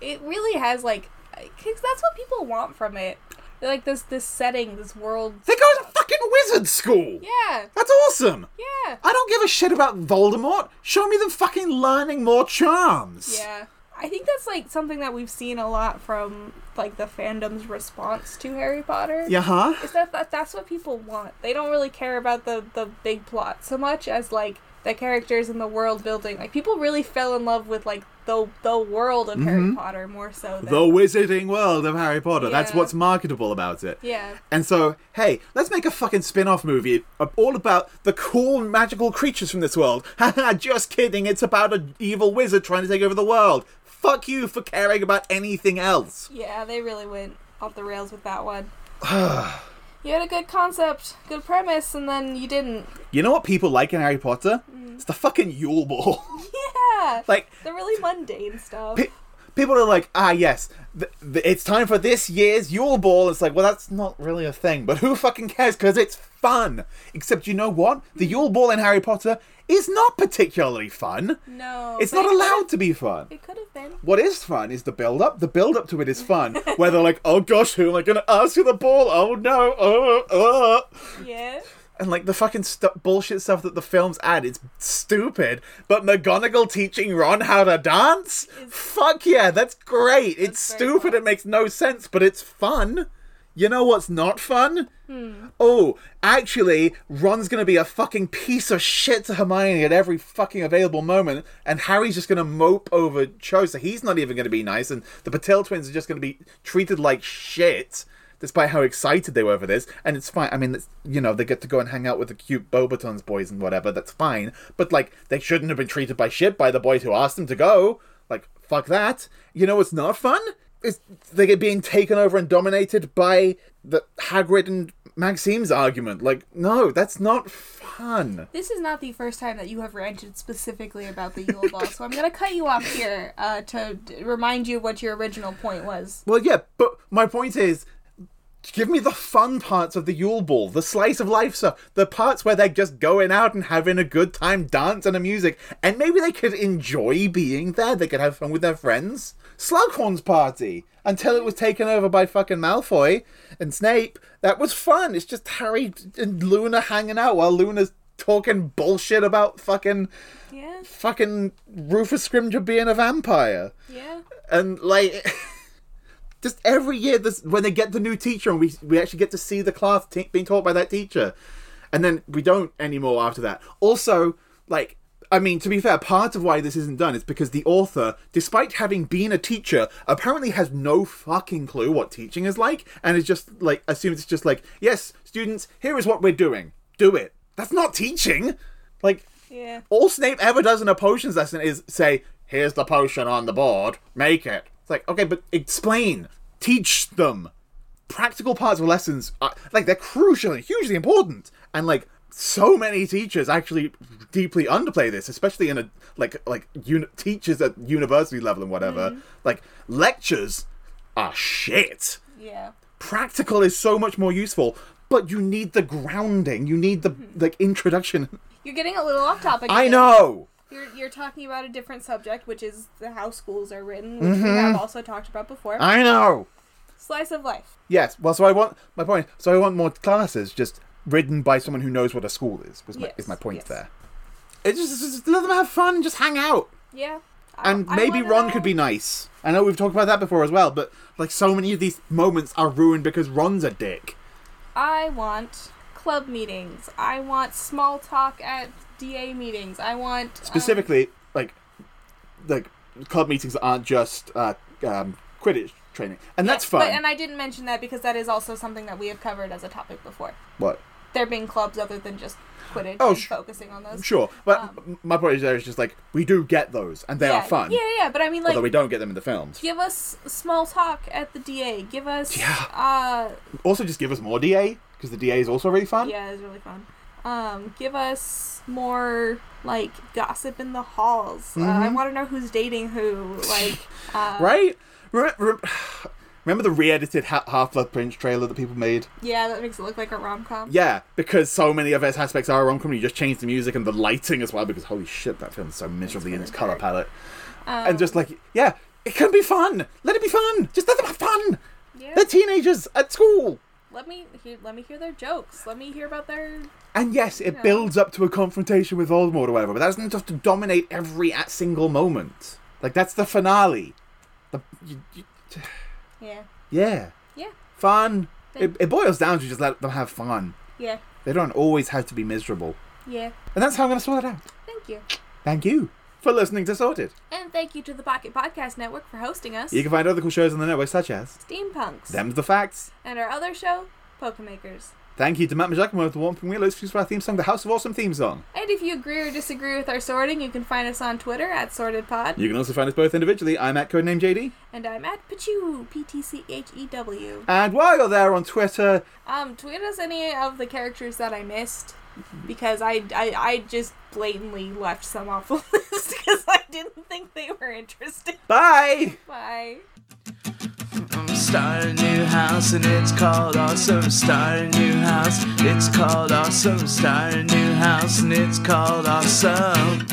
It really has like, cause that's what people want from it. Like this this setting, this world.
They go to fucking wizard school.
Yeah.
That's awesome.
Yeah.
I don't give a shit about Voldemort. Show me them fucking learning more charms.
Yeah. I think that's like something that we've seen a lot from like the fandom's response to Harry Potter.
Yeah, huh?
Is that, that that's what people want. They don't really care about the the big plot so much as like the characters and the world building. Like people really fell in love with like the the world of Harry Potter more so than
Mm-hmm. The wizarding world of Harry Potter. That's
Yeah.
what's marketable about it.
Yeah.
And so, hey, let's make a fucking spin off movie all about the cool magical creatures from this world. Haha, just kidding. It's about an evil wizard trying to take over the world. Fuck you for caring about anything else.
Yeah, they really went off the rails with that one. You had a good concept, good premise, and then you didn't.
You know what people like in Harry Potter? It's the fucking Yule Ball.
Yeah.
like,
the really mundane stuff.
pe- people are like, ah, yes, th- th- it's time for this year's Yule Ball. It's like, well, that's not really a thing, but who fucking cares? Because it's fun. Except, you know what? The Yule Ball in Harry Potter is not particularly fun.
No.
It's
but
not
it could've-
allowed to be fun.
It could have been.
What is fun is the build up. The build up to it is fun, where they're like, oh gosh, who am I going to ask for the ball? Oh no, oh, oh.
Yeah.
And like the fucking st- bullshit stuff that the films add, it's stupid. But McGonagall teaching Ron how to dance? Fuck yeah, that's great. it's
very
stupid,
fun.
it makes no sense, but it's fun. You know what's not fun? Oh, actually, Ron's gonna be a fucking piece of shit to Hermione at every fucking available moment, and Harry's just gonna mope over Cho, so he's not even gonna be nice, and the Patel twins are just gonna be treated like shit, despite how excited they were for this. And it's fine. I mean, it's, you know, they get to go and hang out with the cute Bobatons boys and whatever. That's fine, but like, they shouldn't have been treated by shit by the boys who asked them to go. Like, fuck that. You know what's not fun? Is they get being taken over and dominated by the Hagrid and Maxime's argument. Like, no, that's not fun.
This is not the first time that you have ranted specifically about the Yule Ball, so I'm going to cut you off here uh, to d- remind you what your original point was.
Well, yeah, but my point is, give me the fun parts of the Yule Ball, the slice of life stuff, the parts where they're just going out and having a good time, dance and a music, and maybe they could enjoy being there. They could have fun with their friends. Slughorn's party until it was taken over by fucking Malfoy and Snape. That was fun. It's just Harry and Luna hanging out while Luna's talking bullshit about fucking
Yeah.
fucking Rufus Scrimgeour being a vampire
Yeah.
and like just every year this when they get the new teacher and we we actually get to see the class t- being taught by that teacher and then we don't anymore after that also like i mean to be fair part of why this isn't done is because the author despite having been a teacher apparently has no fucking clue what teaching is like and is just like assumes it's just like yes students here is what we're doing do it that's not teaching like
Yeah.
all Snape ever does in a potions lesson is say, "Here's the potion on the board. Make it." It's like, okay, but explain, teach them. Practical parts of lessons, are, like they're crucial and hugely important, and like so many teachers actually deeply underplay this, especially in a like like uni- teachers at university level and whatever. Like lectures are shit
Yeah.
practical is so much more useful but you need the grounding you need the like introduction
You're getting a little off topic.
i
here.
know
You're, you're talking about a different subject, which is the how schools are written, which we
Mm-hmm.
have also talked about before.
i know
Slice of life.
Yes. Well, so I want my point. So I want more classes just ridden by someone who knows what a school is. Was my,
Yes,
is my point
yes.
there? It's just, it's just let them have fun and just hang out.
Yeah. I-
And
Oh, I
maybe
wanna
Ron
know-
could be nice. I know we've talked about that before as well, but like so many of these moments are ruined because Ron's a dick.
I want club meetings. I want small talk at DA meetings. I want um,
Specifically, like like club meetings that aren't just uh, um, Quidditch training, and that's
yes,
fun.
But, and I didn't mention that because that is also something that we have covered as a topic before.
what?
There being clubs other than just Quidditch
Oh,
and
sh-
focusing on those.
Sure, but
Um,
m- my point is there is just like we do get those, and they
yeah,
are fun.
Yeah, yeah, but I mean, like,
although we don't get them in the films.
give us small talk at the DA. Give us, uh,
Also, just give us more DA because the DA is also really fun.
Yeah, it was really fun. Um, give us more like gossip in the halls. Uh, I
Mm-hmm.
want to know who's dating who. Like, uh,
Right? Re- re- Remember the re-edited ha- Half Blood Prince trailer that people made?
yeah, that makes it look like a rom com.
Yeah, because so many of its aspects are rom com. You just change the music and the lighting as well because holy shit, that film's so miserably in its color palette.
Um,
and just like, yeah, it can be fun. Let it be fun. Just let them have fun.
Yeah.
They're teenagers at school.
Let me hear, let me hear their jokes. Let me hear about their.
And yes, it builds up to a confrontation with Voldemort or whatever, but that doesn't have to dominate every at single moment. Like that's the finale. The, you, you,
Yeah,
yeah.
yeah,
fun.
They-
It, it boils down to just let them have fun.
yeah,
They don't always have to be miserable.
yeah.
And that's how I'm going to sort it out.
Thank you,
Thank you for listening to Sorted.
and thank you to the Pocket Podcast Network for hosting us.
You can find other cool shows on the network, such as
Steampunks
Them's the Facts.
and our other show, Pokemakers.
Thank you to Matt Majakimo for warming me loads for our theme song, the House of Awesome theme song.
And if you agree or disagree with our sorting, you can find us on Twitter at SortedPod.
You can also find us both individually. I'm at Codename JD.
And I'm at Pachew, P T C H E W.
And while you're there on Twitter,
Um, tweet us any of the characters that I missed
Mm-hmm.
because I, I, I just blatantly left some off the list because I didn't think they were interesting.
bye!
Bye.
I'm starting a new house and it's called awesome. Starting a new house, it's called awesome. Starting a new house and it's called awesome.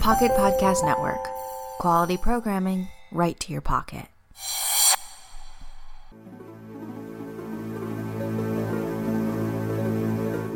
Pocket Podcast Network. Quality programming right to your pocket.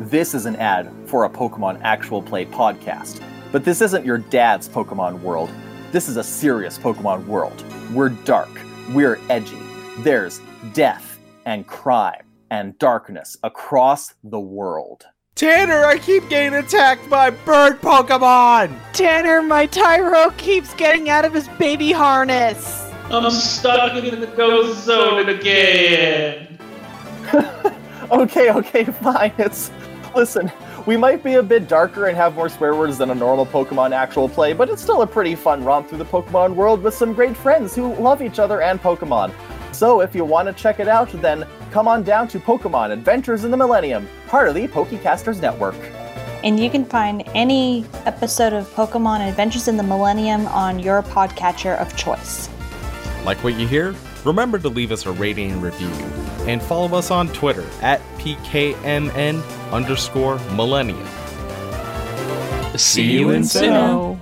This is an ad for a Pokemon actual play podcast. But this isn't your dad's Pokemon world. This is a serious Pokemon world. We're dark. We're edgy. There's death and crime and darkness across the world.
Tanner, I keep getting attacked by bird Pokemon!
Tanner, my Tyro keeps getting out of his baby harness.
I'm stuck in the ghost zone again.
Okay, okay, fine. It's. Listen, we might be a bit darker and have more swear words than a normal Pokemon actual play, but it's still a pretty fun romp through the Pokemon world with some great friends who love each other and Pokemon. So if you want to check it out, then come on down to Pokemon Adventures in the Millennium, part of the Pokecasters Network.
And you can find any episode of Pokemon Adventures in the Millennium on your podcatcher of choice.
Like what you hear? Remember to leave us a rating and review. And follow us on Twitter at PKMN underscore millennium.
See you in Sinnoh.